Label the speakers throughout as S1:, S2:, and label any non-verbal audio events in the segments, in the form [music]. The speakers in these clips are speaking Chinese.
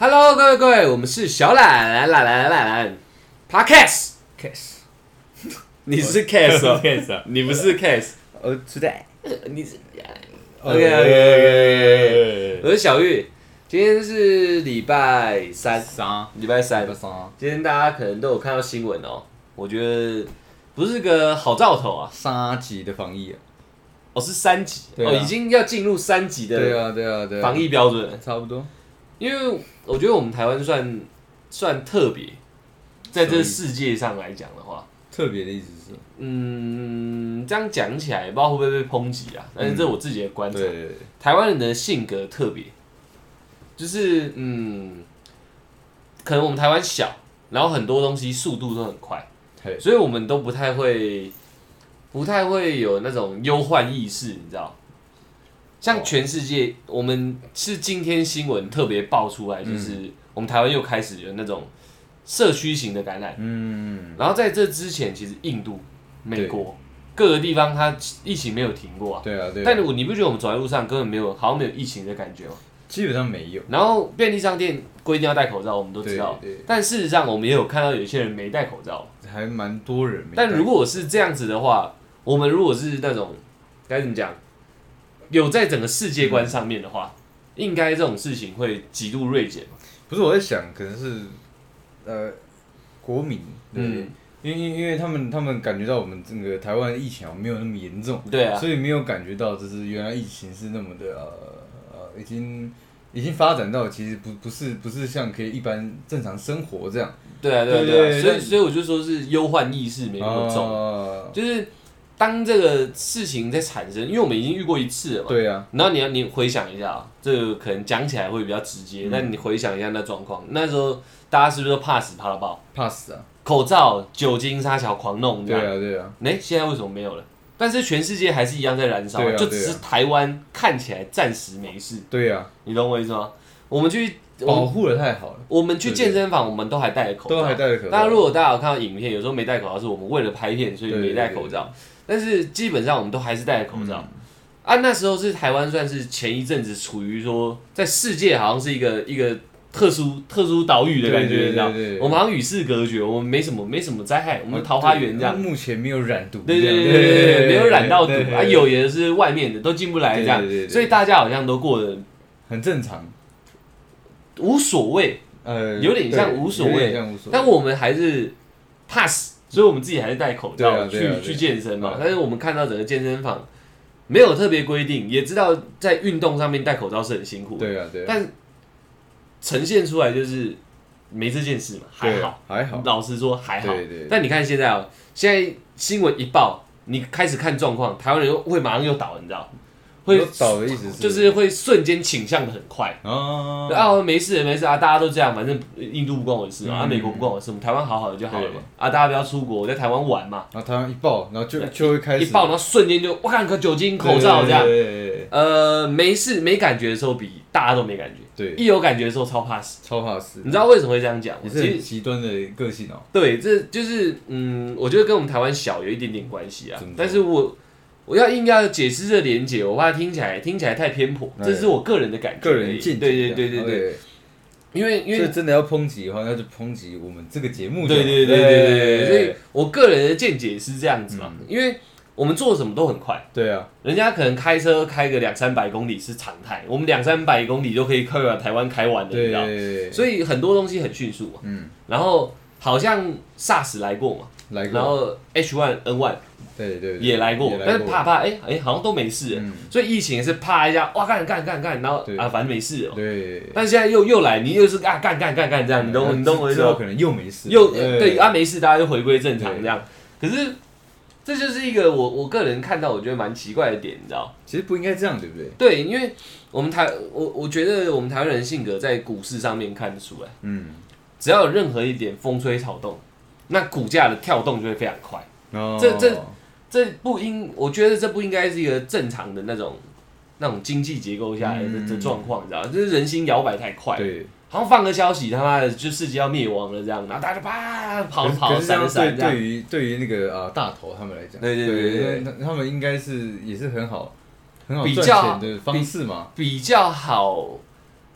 S1: Hello，各位各位，我们是小懒懒懒懒懒懒 Podcast，
S2: Kiss
S1: 你是 [laughs] Cast，哦
S2: [laughs] Kiss 啊
S1: 你不是 Cast，
S2: 呃，知道。
S1: 你是 OK OK OK，我
S2: 呃
S1: 是小玉，今天是礼拜三，
S2: 三
S1: 礼拜三
S2: 个，三
S1: 今天大家可能都有看到新闻哦，我觉得不是个好兆头啊，
S2: 三级的防疫啊，
S1: 哦是三级，
S2: 对啊
S1: 哦已经要进入三级
S2: 对
S1: 的
S2: 啊对啊对啊，
S1: 防疫标准了，
S2: 差不多，
S1: 因为我觉得我们台湾算算特别，在
S2: 所
S1: 这
S2: 以
S1: 世界上来讲的话。
S2: 特别的意思是，
S1: 嗯，这样讲起来，不知道会不会被抨击啊？但是这是我自己的观察，
S2: 对对对，
S1: 台湾人的性格特别，就是嗯，可能我们台湾小，然后很多东西速度都很快，
S2: 嘿
S1: 所以我们都不太会，不太会有那种忧患意识，你知道？像全世界，我们是今天新闻特别爆出来，就是、我们台湾又开始有那种社区型的感染。
S2: 嗯，
S1: 然后在这之前，其实印度、美
S2: 对
S1: 国各个地方它疫情没有停过啊。
S2: 对啊对啊，
S1: 但如果你不觉得我们走在路上根本没有好像没有疫情的感觉吗？
S2: 基本上没有，
S1: 然后便利商店规定要戴口罩，我们都知道
S2: 对对。
S1: 但事实上，我们也有看到有些人没戴口罩。
S2: 还蛮多人没戴。
S1: 但如果是这样子的话，我们如果是那种该怎么讲，有在整个世界观上面的话，
S2: 嗯
S1: 应该这种事情会极度锐减嘛。
S2: 不是我在想，可能是呃国民，对，
S1: 嗯
S2: 因为因为他们他们感觉到我们整个台湾的疫情好像没有那么严重，
S1: 对啊，
S2: 所以没有感觉到，就是原来疫情是那么的呃呃，已经已经发展到其实不不是不是像可以一般正常生活这样，
S1: 对啊，对啊，
S2: 对
S1: 对啊。
S2: 对
S1: 所以，
S2: 但
S1: 所以我就说是忧患意识没那么重。
S2: 哦
S1: 就是当这个事情在产生，因为我们已经遇过一次了嘛。
S2: 对啊，
S1: 然后你要你回想一下啊，这个可能讲起来会比较直
S2: 嗯
S1: 接，但你回想一下那状况，那时候大家是不是都怕死怕到爆？
S2: 怕死啊，
S1: 口罩、酒精、沙桥狂弄这
S2: 对
S1: 样。
S2: 啊对啊，
S1: 哎、现在为什么没有了？但是全世界还是一样在燃烧，
S2: 对啊
S1: 就只
S2: 对啊
S1: 是台湾看起来暂时没事，
S2: 对啊，
S1: 你懂我意思吗？我们去，我
S2: 保护的太好了，
S1: 我们去
S2: 对
S1: 健身房，我们都还戴着口罩，
S2: 都还戴着口罩
S1: 大家如果大家有看到影片，有时候没戴口罩，是我们为了拍片所以没戴口罩。但是基本上我们都还是戴着口罩。啊，那时候是台湾算是前一阵子处于说在世界好像是一个一个特殊特殊岛屿的感觉，
S2: 对对对
S1: 你知道
S2: 对对对
S1: 我们好像与世隔绝，我们没什么没什么灾害，我们桃花源这样。
S2: 目前没有染毒这
S1: 对
S2: 样，
S1: 对对对对对，没有染到毒
S2: 对对
S1: 啊，有也是外面的都进不来这样
S2: 对对对，对
S1: 所以大家好像都过得
S2: 很正常，
S1: 无所谓，
S2: 呃，
S1: 有点像
S2: 对
S1: 无所谓
S2: 有点像无所谓，
S1: 但我们还是怕死，所以我们自己还是戴口
S2: 对
S1: 罩
S2: 啊
S1: 去、
S2: 对啊对啊
S1: 去健身嘛
S2: 对。啊
S1: 但是我们看到整个健身房没有特别规定，也知道在运动上面戴口罩是很辛苦的，
S2: 对啊对啊，
S1: 但呈现出来就是没这件事嘛，还
S2: 对啊
S1: 好。
S2: 还好，
S1: 老实说还好。
S2: 对对对
S1: 但你看现在哦，现在新闻一报，你开始看状况，台湾人又会马上又倒，你知道？会
S2: 有倒的意思是
S1: 就是会瞬间倾向的很快。
S2: 哦，
S1: 啊，没事没事啊，大家都这样，反正印度不关我的事嘛，
S2: 嗯
S1: 啊，美国不关我的事，我们台湾好好的就好了嘛
S2: 对。
S1: 啊，大家不要出国，我在台湾玩嘛，
S2: 然后台湾一爆，然后就
S1: 对
S2: 就会开
S1: 一
S2: 始
S1: 爆，然后瞬间就我看个酒精口罩这样。
S2: 对对对对对
S1: 呃，没事没感觉的时候比大家都没感觉，
S2: 对
S1: 一有感觉的时候超怕死。
S2: 超怕死
S1: 你，知道为什么会这样讲吗？
S2: 你
S1: 其
S2: 是很
S1: 实
S2: 极端的个性哦。
S1: 对，这就是嗯，我觉得跟我们台湾小有一点点关系啊
S2: 真的。
S1: 但是我我要硬要解释这连结，我怕听起来听起来太偏颇，
S2: 对
S1: 这是我个人的感觉
S2: 个
S1: 而已。
S2: 人见解，啊
S1: 对对对对对，
S2: 对，
S1: 因为因为
S2: 所以真的要抨击的话，那就抨击我们这个节目就好。
S1: 对对对对对对，所以我个人的见解是这样子
S2: 嗯
S1: 嘛，因为我们做什么都很快，
S2: 对啊，
S1: 人家可能开车开个两三百公里是常态，我们两三百公里就可以快把台湾开完了，你
S2: 对
S1: 知道？
S2: 对，
S1: 所以很多东西很迅速嘛。
S2: 嗯，
S1: 然后好像 SARS 来过嘛，
S2: 来
S1: 然
S2: 过，
S1: 后 H1N1
S2: 对对对
S1: 也来过，但是怕怕，哎、哎、好像都没事了、
S2: 嗯
S1: 所以疫情也是怕一下，哇干干干干，然后
S2: 对
S1: 啊反正没事了。
S2: 对，
S1: 但是现在又又来，你又是啊干干干干这样，你懂我你懂我意思
S2: 之
S1: 吗
S2: 后？可能又没事，
S1: 又对啊，没事，大家就回归正常这样。可是这就是一个我我个人看到我觉得蛮奇怪的点，你知道？
S2: 其实不应该这样，对不对？
S1: 对，因为我们台我我觉得我们台湾人性格在股市上面看得出来，
S2: 嗯，
S1: 只要有任何一点风吹草动，那股价的跳动就会非常快。
S2: 哦
S1: 这这这不应，我觉得这不应该是一个正常的那种那种经济结构下的
S2: 嗯
S1: 的状况，你知道？就是人心摇摆太快，
S2: 对，
S1: 好像放个消息，他妈的就世界要灭亡了这样，然后大家就啪跑
S2: 可是
S1: 跑
S2: 可是这样
S1: 闪闪
S2: 对
S1: 这样
S2: 对。于对于那个啊大头他们来讲，
S1: 对对对对对
S2: 因为他他们应该是也是很好很好
S1: 比
S2: 赚
S1: 较
S2: 钱的方式嘛，
S1: 比较好，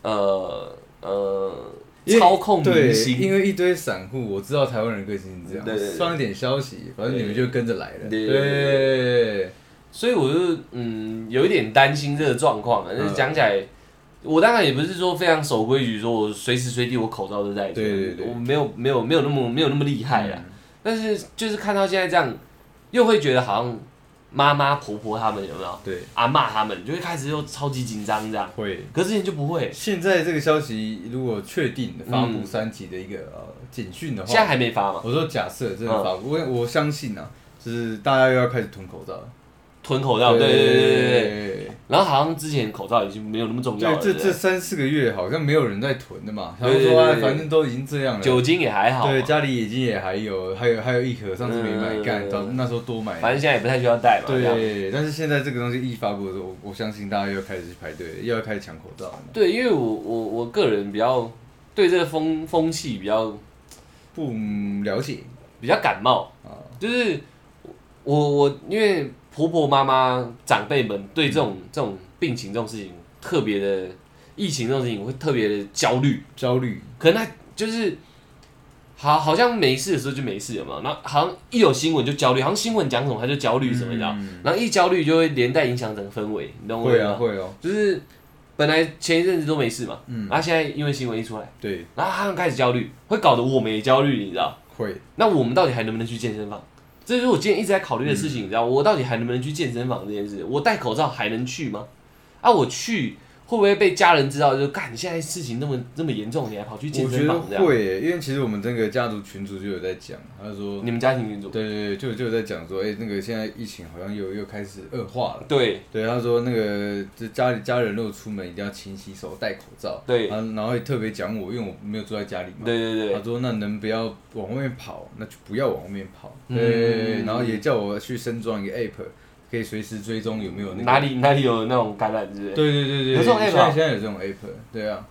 S1: 呃，呃
S2: 因为
S1: 操控明
S2: 对，
S1: 星，
S2: 因为一堆散户，我知道台湾人个性是这
S1: 对对对
S2: 样，放一点消息，反正你们就跟着来了。
S1: 对
S2: 对，嗯
S1: 所以我就嗯有一点担心这个状况啊。但是
S2: 嗯
S1: 讲起来，我当然也不是说非常守规矩，说我随时随地我口罩都戴着，
S2: 对对对
S1: 我没有没有没有那么没有那么厉害啦。
S2: 嗯
S1: 但是就是看到现在这样，又会觉得好像妈妈婆婆他们有没有
S2: 对，
S1: 阿嬷他们就会开始又超级紧张这样，
S2: 会。
S1: 可是之前就不会，
S2: 现在这个消息如果确定的发布
S1: 嗯
S2: 三级的一个、呃警讯的
S1: 现在
S2: 话，
S1: 还嗯没发嘛，
S2: 我说假设真的发布，我我相信啊，就是大家又要开始囤口罩了。
S1: 囤口罩，对对对对对对。
S2: 对
S1: 然后好像之前口罩已经没有那么重要了，
S2: 这
S1: 对不
S2: 这
S1: 对
S2: 三四个月好像没有人在囤的嘛，他
S1: 对
S2: 们
S1: 对
S2: 说哎
S1: 对对
S2: 反正都已经这样了。
S1: 酒精也还好嘛，
S2: 对，家里已经也还有，还有还有一盒，上次没买
S1: 嗯，
S2: 干、早那时候多买。
S1: 反正现在也不太需要戴嘛，这样
S2: 对，但是现在这个东西一发布的时候，我我相信大家又开始去排队，又要开始抢口罩了。
S1: 对，因为我我我个人比较对这个风风气比较
S2: 不嗯了解
S1: 比较感冒，
S2: 啊，
S1: 就是我我因为婆婆妈妈长辈们对这种、这种病情这种事情特别的疫情这种事情我会特别的焦虑，
S2: 焦虑，
S1: 可能他就是好好像没事的时候就没事了嘛，然后好像一有新闻就焦虑，好像新闻讲什么他就焦虑什么，你知道？
S2: 嗯
S1: 然后一焦虑就会连带影响整个氛围，你懂我意
S2: 会
S1: 思
S2: 啊
S1: 吗？
S2: 会哦，
S1: 就是本来前一阵子都没事嘛，
S2: 嗯
S1: 然后现在因为新闻一出来。
S2: 对，
S1: 然后他们开始焦虑，会搞得我们也焦虑，你知道？
S2: 会，
S1: 那我们到底还能不能去健身房？这就是我今天一直在考虑的事
S2: 嗯
S1: 情，你知道？我到底还能不能去健身房这件事？我戴口罩还能去吗？啊，我去会不会被家人知道？就干，你现在事情那么那么严重，你还跑去健
S2: 我觉
S1: 身
S2: 得
S1: 房这样？
S2: 会耶，因为其实我们这个家族群主就有在讲，他就说，
S1: 你们家庭群组
S2: 对对对，就就有在讲说，哎、那个现在疫情好像又又开始恶化了。
S1: 对
S2: 对，他说那个这家里家人如果出门一定要勤洗手、戴口罩。
S1: 对
S2: 然后然后也特别讲我，因为我没有住在家里嘛。
S1: 对对对
S2: 他说：“那能不要往外面跑，那就不要往外面跑。”
S1: 嗯
S2: 对，然后也叫我去升装一个 app，可以随时追踪有没有那个。
S1: 哪？里哪里有那种感染之类
S2: 对
S1: 的？
S2: 对对对，
S1: 有这种 app 啊
S2: 现在现在有这种 app，对啊，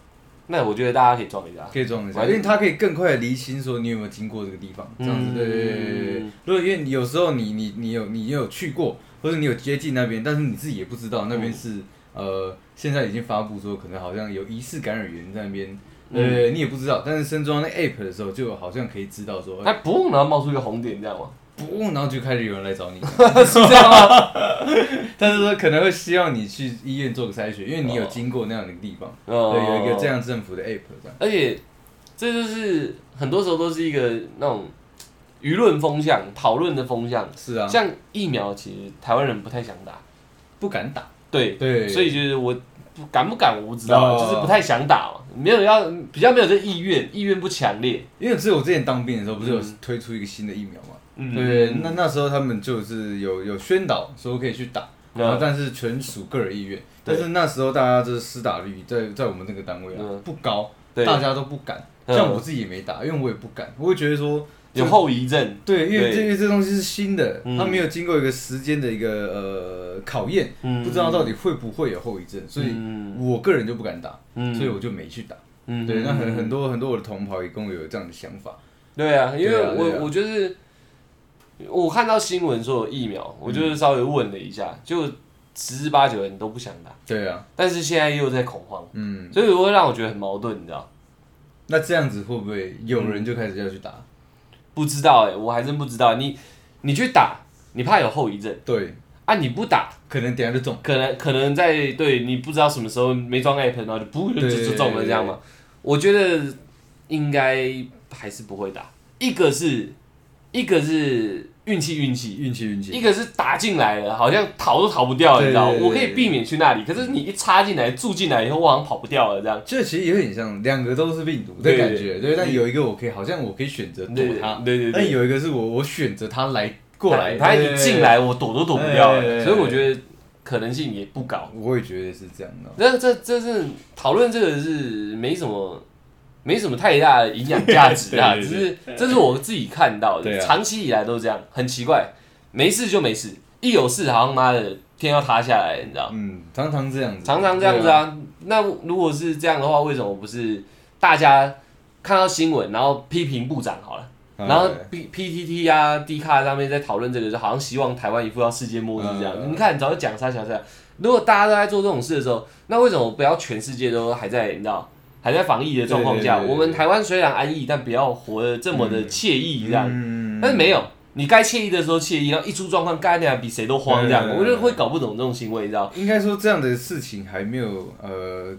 S1: 那我觉得大家可以装一下。
S2: 可以装一下，
S1: 完
S2: 因为它可以更快的厘清说你有没有经过这个地方，这样子。
S1: 嗯
S2: 对对对对对。如果因为你有时候你你你有你有去过，或者你有接近那边，但是你自己也不知道那边是呃，现在已经发布说可能好像有疑似感染源在那边。呃，你也不知道，但是升装那 app 的时候，就好像可以知道说，哎
S1: 它不用然后冒出一个红点这样
S2: [laughs]
S1: 吗？
S2: 不，然后就开始有人来找你， [laughs]
S1: 是这样吗？
S2: 但是说可能会希望你去医院做个筛选，因为你有经过那样的地方，对，有一个这样政府的 app 这样，
S1: 哦而且这就是很多时候都是一个那种舆论风向、讨论的风向。
S2: 是啊，
S1: 像疫苗，其实台湾人不太想打，
S2: 不敢打，
S1: 对，
S2: 对，
S1: 所以就是我不敢不敢我不知道啊，
S2: 哦
S1: 就是不太想打嘛，没有要比较没有这意愿，意愿不强烈。
S2: 因为只有我之前当兵的时候，不是有
S1: 嗯
S2: 推出一个新的疫苗嘛，对，那那时候他们就是有有宣导说可以去打，然后
S1: 那
S2: 但是纯属个人意愿，
S1: 嗯对
S2: 但是那时候大家就是施打率在在我们这个单位啊
S1: 嗯
S2: 不高，
S1: 对
S2: 大家都不敢，
S1: 嗯
S2: 像我自己也没打，因为我也不敢，我会觉得说
S1: 有后遗症，
S2: 对，因为
S1: 对
S2: 这因为这东西是新的，
S1: 嗯
S2: 它没有经过一个时间的一个呃考验，
S1: 嗯
S2: 不知道到底会不会有后遗症，所以
S1: 嗯
S2: 我个人就不敢打，
S1: 嗯
S2: 所以我就没去打。
S1: 嗯
S2: 对，那很很
S1: 多
S2: 多很多我的同袍也跟我有这样的想法。
S1: 对啊，因为
S2: 对啊
S1: 我
S2: 对啊
S1: 我就是我看到新闻说有疫苗，我
S2: 嗯
S1: 就是稍微问了一下，就十之八九人都不想打，
S2: 对啊，
S1: 但是现在又在恐慌。
S2: 嗯，
S1: 所以会让我觉得很矛盾，你知道？
S2: 那这样子会不会有人就开始要去打？
S1: 嗯不知道哎、我还真不知道。你你去打，你怕有后遗症
S2: 对，
S1: 啊？你不打，
S2: 可能等一下就中。
S1: 可能可能在对你不知道什么时候没装 app，然后就不就
S2: 对
S1: 就中了这样嘛？我觉得应该还是不会打。一个是一个是运气运气，
S2: 运气运
S1: 一
S2: 气。
S1: 个是打进来了，好像逃都逃不掉，你知道？
S2: 对对对
S1: 我可以避免去那里，可是你一插进来住进来以后，我好像跑不掉了这样。
S2: 这其实有点像两个都是病毒的感觉，
S1: 对
S2: 对，但有一个我可以好像我可以选择躲
S1: 对
S2: 它，
S1: 对对对，
S2: 但哎有一个是我我选择它来过来，
S1: 他他
S2: 对
S1: 一进，来我躲都躲不掉
S2: 对对
S1: 了，
S2: 对
S1: 所以我觉得可能性也不高。
S2: 我也觉得是这样的。
S1: 那这这是讨论这个是没什么没什么太大的营养价值啊，
S2: [laughs] 对
S1: 只
S2: 对
S1: 是这是我自己看到的，
S2: 对啊
S1: 长期以来都这样，很奇怪，没事就没事，一有事好像妈的天要塌下来，你知道？
S2: 嗯，常常这样子，
S1: 常常这样子
S2: 对啊。
S1: 啊。那如果是这样的话，为什么不是大家看到新闻，然后批评部长好了？
S2: 嗯
S1: 然后 P P T T 啊、D 卡上面在讨论这个，就好像希望台湾一副要世界末日这样。
S2: 嗯
S1: 你看，早就讲啥小啥。如果大家都在做这种事的时候，那为什么不要全世界都还在你知道还在防疫的状况下，
S2: 对对对对对
S1: 我们台湾虽然安逸，但不要活得这么的惬意这样。
S2: 嗯，
S1: 但是没有，你该惬意的时候惬意，然后一出状况，干你俩比谁都慌这样。
S2: 对对
S1: 我
S2: 对
S1: 就会搞不懂这种行为，你知道？
S2: 应该说这样的事情还没有呃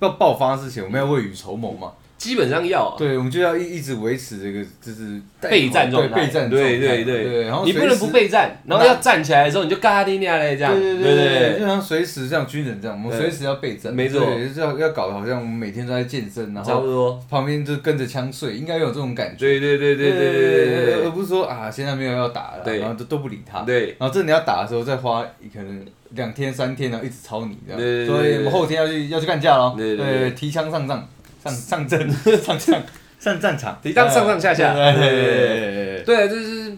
S2: 要爆发之前，我们要未雨绸缪嘛。
S1: 基本上要、啊，
S2: 对，我们就要一一直维持这个就是
S1: 备战状态，
S2: 对备战状态
S1: 对对
S2: 对然后
S1: 你不能不
S2: 随时
S1: 备战，然后要站起来的时候你就嘎你俩嘞这样，
S2: 对
S1: 对
S2: 对就像随时像军人这样，我们
S1: 对
S2: 随时要备战，
S1: 没错
S2: 对就是要要搞得好像我们每天都在健身，然
S1: 差不
S2: 后
S1: 多，
S2: 旁边就跟着枪睡，应该有这种感觉。
S1: 对对对对对对对
S2: 而
S1: 对
S2: 不是说啊现在没有要打了，
S1: 对
S2: 然后都都不理他，
S1: 对
S2: 然后真的要打的时候再花可能两天三天，然后一直抄你这样，
S1: 对对对
S2: 所以
S1: 对
S2: 我们后天要去要去干架喽，
S1: 对对对
S2: 提枪上仗，上上阵上仗上战场，
S1: 提枪上上下下
S2: 对对
S1: 对
S2: 对
S1: 对
S2: 对对
S1: 对，对啊，这是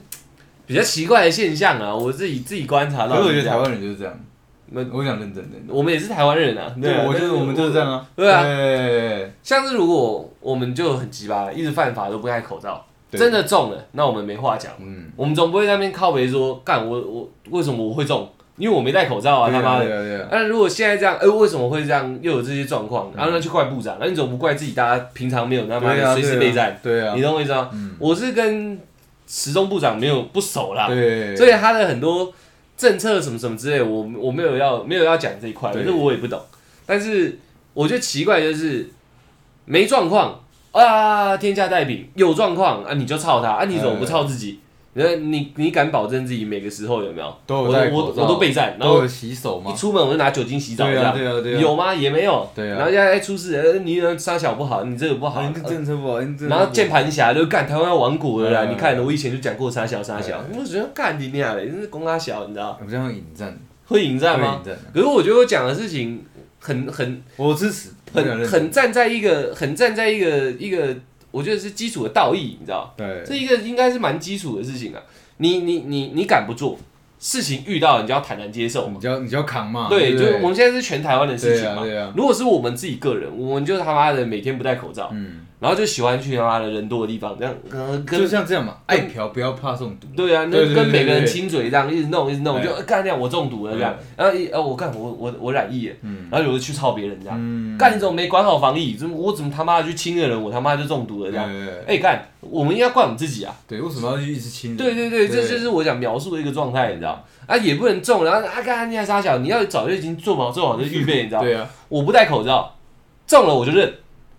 S1: 比较奇怪的现象啊，我自己自己观察
S2: 可
S1: 到。
S2: 是我觉得台，湾人就是这样，
S1: 那
S2: 我想认真的，
S1: 我们也是台湾人啊，
S2: 对
S1: 啊，
S2: 我觉得我们就是这样啊，
S1: 对啊
S2: 啊，
S1: 像是如果我们就很鸡巴，一直犯法都不戴口罩，
S2: 对
S1: 真的中了，那我们没话讲。
S2: 嗯，
S1: 我们总不会在那边靠北说，干我我为什么我会中？因为我没戴口罩啊，
S2: 对
S1: 他
S2: 啊
S1: 妈的！
S2: 对啊对啊，
S1: 那如果现在这样，哎、为什么会这样？又有这些状况，然后那就怪部长，那你总不怪自己？大家平常没有他妈
S2: 对啊
S1: 的随时备战，，
S2: 对啊
S1: 你，懂我意思吗？
S2: 嗯
S1: 我是跟时钟部长没有不熟啦，
S2: 对，
S1: 所以他的很多政策什么什么之类，我我没有要没有要讲这一块，
S2: 对
S1: 可是我也不懂。但是我觉得奇怪就是没状况啊，天下太平；有状况啊，你就操他啊，你怎么不操自己？你你你敢保证自己每个时候有没有？
S2: 都有
S1: 我
S2: 戴
S1: 我
S2: 口罩
S1: 我都备战，然
S2: 都
S1: 后
S2: 有洗手
S1: 一
S2: 嘛，
S1: 出门我就拿酒精洗澡，
S2: 对
S1: 这
S2: 啊
S1: 样
S2: 对啊对啊，
S1: 有吗？也没有。
S2: 对啊
S1: 然后现在哎出事，呃你杀小不好，你这个不好
S2: 啊，，你这政策不好，你这
S1: 然后键盘侠就干台湾要亡国了啦！
S2: 嗯
S1: 你看我以前就讲过傻小傻小，
S2: 嗯
S1: 我觉得干你俩嘞，真是公阿小，你知道
S2: 我们这样会引战，
S1: 会引战
S2: 会
S1: 吗
S2: 引？战，
S1: 可是我觉得我讲的事情很很
S2: 我支持，我想
S1: 很
S2: 认真
S1: 很站在一个很站在一个一个，我觉得是基础的道义，你知道，
S2: 对
S1: 这一个应该是蛮基础的事情啊。你你你你敢不做，事情遇到了你就要坦然接受嘛
S2: 你。就要你就要扛嘛，
S1: 对，
S2: 不
S1: 就是我们现在是全台湾的事
S2: 对
S1: 情
S2: 啊
S1: 嘛。
S2: 嗯对啊，
S1: 如果是我们自己个人，我们就他妈的每天不戴口罩，
S2: 嗯，
S1: 然后就喜欢去他妈的人多的地方，这样跟呃跟
S2: 就像这样嘛，爱嫖不要怕中毒，
S1: 对啊，
S2: 对
S1: 那
S2: 对
S1: 跟
S2: 对
S1: 每个人
S2: 对
S1: 亲嘴这样一直弄一直弄，
S2: 对
S1: 就呃干掉我中毒了这样，然后一呃我干我我我染疫了，
S2: 嗯
S1: 然后有的去操别人这样，
S2: 嗯，
S1: 干你怎么没管好防疫？怎么我怎么他妈的去亲的人，我他妈就中毒了
S2: 对
S1: 这样？
S2: 对
S1: 哎干，我们应该怪我们自己啊！
S2: 对，为什么要去一直亲人？
S1: 对对对，这就是我想描述的一个状态，你知道？啊也不能中，然后啊干你还傻小，你要早就已经做好做好的预备，你知道？
S2: 对啊，
S1: 我不戴口罩，中了我就认。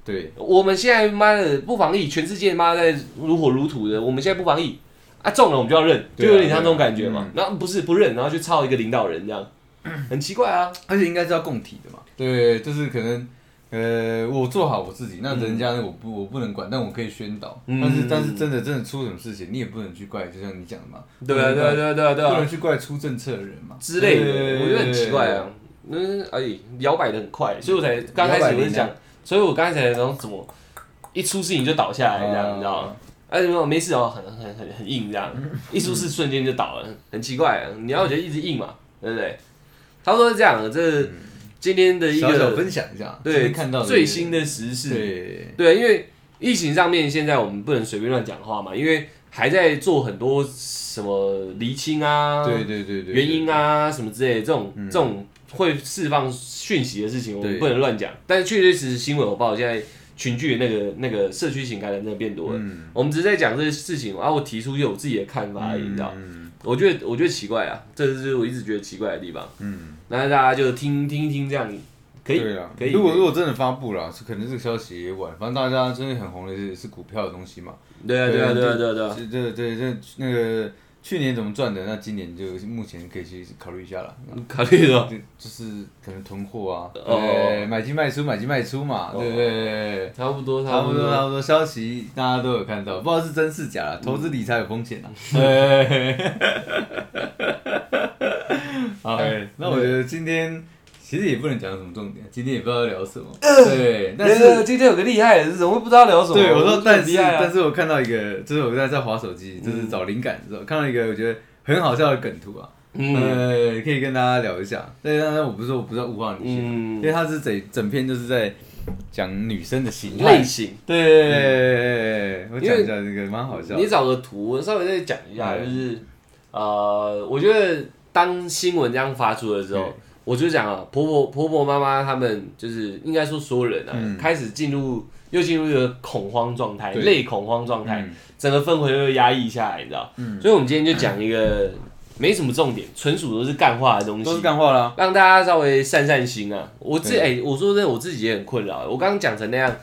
S2: 对，
S1: 我们现在妈的不防疫，全世界妈在如火如荼的，我们现在不防疫啊，嗯中了我们就要认，就
S2: 对啊
S1: 有点像这种感觉嘛。
S2: 对
S1: 然后不是不认，然后去操一个领导人这样，很奇怪啊。
S2: 而且应该是要共体的嘛，对，就是可能。呃，我做好我自己，那人家呢我不我不能管，但我可以宣导。
S1: 嗯
S2: 但是但是真的真的出什么事情，你也不能去怪，就像你讲的嘛，
S1: 对啊，对啊，对啊，对啊，对
S2: 不
S1: 啊
S2: 能去怪出政策的人嘛
S1: 之类
S2: 对
S1: 的，我觉得很奇怪啊。嗯，哎，摇摆的啊很快，所以我才刚开始我就
S2: 摇摆
S1: 讲，所以我刚才才讲怎么一出事情就倒下来这样，你知道吗？哎，没有没事哦，很很很很硬这样，一出事瞬间就倒了，很奇怪、啊。你要觉得一直硬嘛，对不对？差不多是这样，这是今天的一个
S2: 小小分享一下，今
S1: 对
S2: 天看到的
S1: 最新的时事，
S2: 对
S1: 对，因为疫情上面现在我们不能随便乱讲话嘛，因为还在做很多什么厘清啊、
S2: 对对对对
S1: 原因，啊什么之类的这种、这种会释放讯息的事情，我们
S2: 对
S1: 不能乱讲。但是确确实实新闻我报现在群聚的那个那个社区型感染真的变多了。
S2: 嗯，
S1: 我们只是在讲这些事情，然、啊后我提出一些我自己的看法而已，你知道？
S2: 嗯
S1: 我觉得我觉得奇怪啊，这就是我一直觉得奇怪的地方。
S2: 嗯，
S1: 那大家就听听听这样，可以
S2: 对啊，
S1: 可以。
S2: 如果
S1: 可以
S2: 如果真的发布了，是可能这个消息也晚，反正大家真的很红的是是股票的东西嘛，
S1: 对啊，对啊，对啊，对啊，对啊，
S2: 这这这这那个去年怎么赚的，那今年就目前可以去考虑一下了。
S1: 啊考虑了。
S2: 就就是可能囤货啊，
S1: 哦
S2: 对，买进卖出，买进卖出嘛，
S1: 哦
S2: 对不对？
S1: 差不多，
S2: 差
S1: 差
S2: 不
S1: 不
S2: 多嗯
S1: 多。
S2: 差不多，消息大家都有看到，不知道是真是假啦。投资理财有风 [laughs] 险啊。对，好，哎那我觉得今天其实也不能讲什么重点，今天也不知道要聊什 [laughs] 么。对，但是
S1: 今天有个厉害的，是怎么会不知道聊什么？
S2: 对我说，但
S1: 很
S2: 是
S1: 厉害啊
S2: 但是我看到一个，就是我在在划手机，就是找灵感的时候，看到一个我觉得很好笑的梗图啊，
S1: 嗯
S2: 呃，可以跟大家聊一下。但是当然我不是说我不知道物化女性，因为
S1: 嗯，
S2: 它是整整篇就是在讲女生的形态
S1: 类。型，
S2: 对，我
S1: 因
S2: 讲
S1: 为
S2: 一下这个，蛮好笑的。
S1: 你找个图，我稍微再讲一下，
S2: 嗯
S1: 就是呃，我觉得当新闻这样发出的时候
S2: 嗯，
S1: 我就讲啊，婆婆婆婆妈妈他们就是应该说所有人啊，
S2: 嗯
S1: 开始进入又进入一个恐慌状态，
S2: 对
S1: 类恐慌状态，
S2: 嗯
S1: 整个氛围又压抑下来，你知道？所以我们今天就讲一个没什么重点，纯属都是干话的东
S2: 都是
S1: 西。
S2: 干话啦。
S1: 让大家稍微散散心啊！我自
S2: 对
S1: 哎、我说真的，我自己也很困扰。我刚刚讲成那样，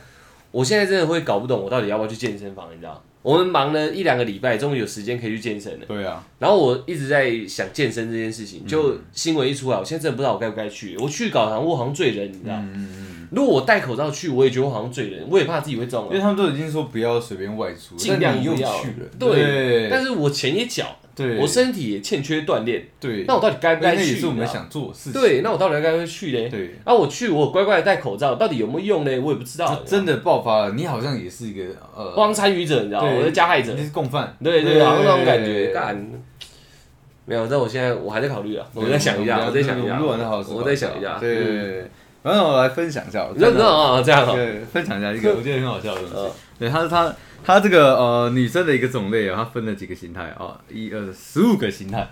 S1: 我现在真的会搞不懂，我到底要不要去健身房？你知道，我们忙了一两个礼拜，终于有时间可以去健身了。
S2: 对啊，
S1: 然后我一直在想健身这件事情，就
S2: 嗯
S1: 新闻一出来，我现在真的不知道我该不该去。我去搞堂，我好像罪人，你知道？
S2: 嗯
S1: 如果我戴口罩去，我也觉得我好像罪人，我也怕自己会中
S2: 嗯
S1: 啊了。
S2: 因为他们都已经说不要随便外出，
S1: 尽量
S2: 但你又
S1: 不要
S2: 去了，
S1: 对，
S2: 对
S1: 但是我钱也缴，
S2: 对，
S1: 我身体也欠缺锻炼，
S2: 对，
S1: 那我到底该不该
S2: 那
S1: 去？
S2: 也是我
S1: 你
S2: 们
S1: 知道
S2: 想做的事情。
S1: 对，那我到底该不该去嘞？
S2: 对，
S1: 啊，我去，我乖乖的戴口罩，到底有没有用呢？我也不知道
S2: 这。真的爆发了，你好像也是一个呃，
S1: 光参与者，你知道吗？
S2: 对
S1: 我是加害者
S2: 你。是共犯，
S1: 对对，好像那种感觉，干。没有，但我现在我还在考虑啊，我再想一下，我再想一下，
S2: 录完的好，
S1: 我再想一下。
S2: 对对
S1: 嗯，
S2: 对，然后我来分享一下，我
S1: 你知道
S2: 看
S1: 你知
S2: 到
S1: 道啊，这样啊，
S2: 对，分享一下一个我觉得很好笑的东
S1: 嗯
S2: 西。对，它是它它这个呃女生的一个种类啊，它分了几个形态啊，一二十五个形态，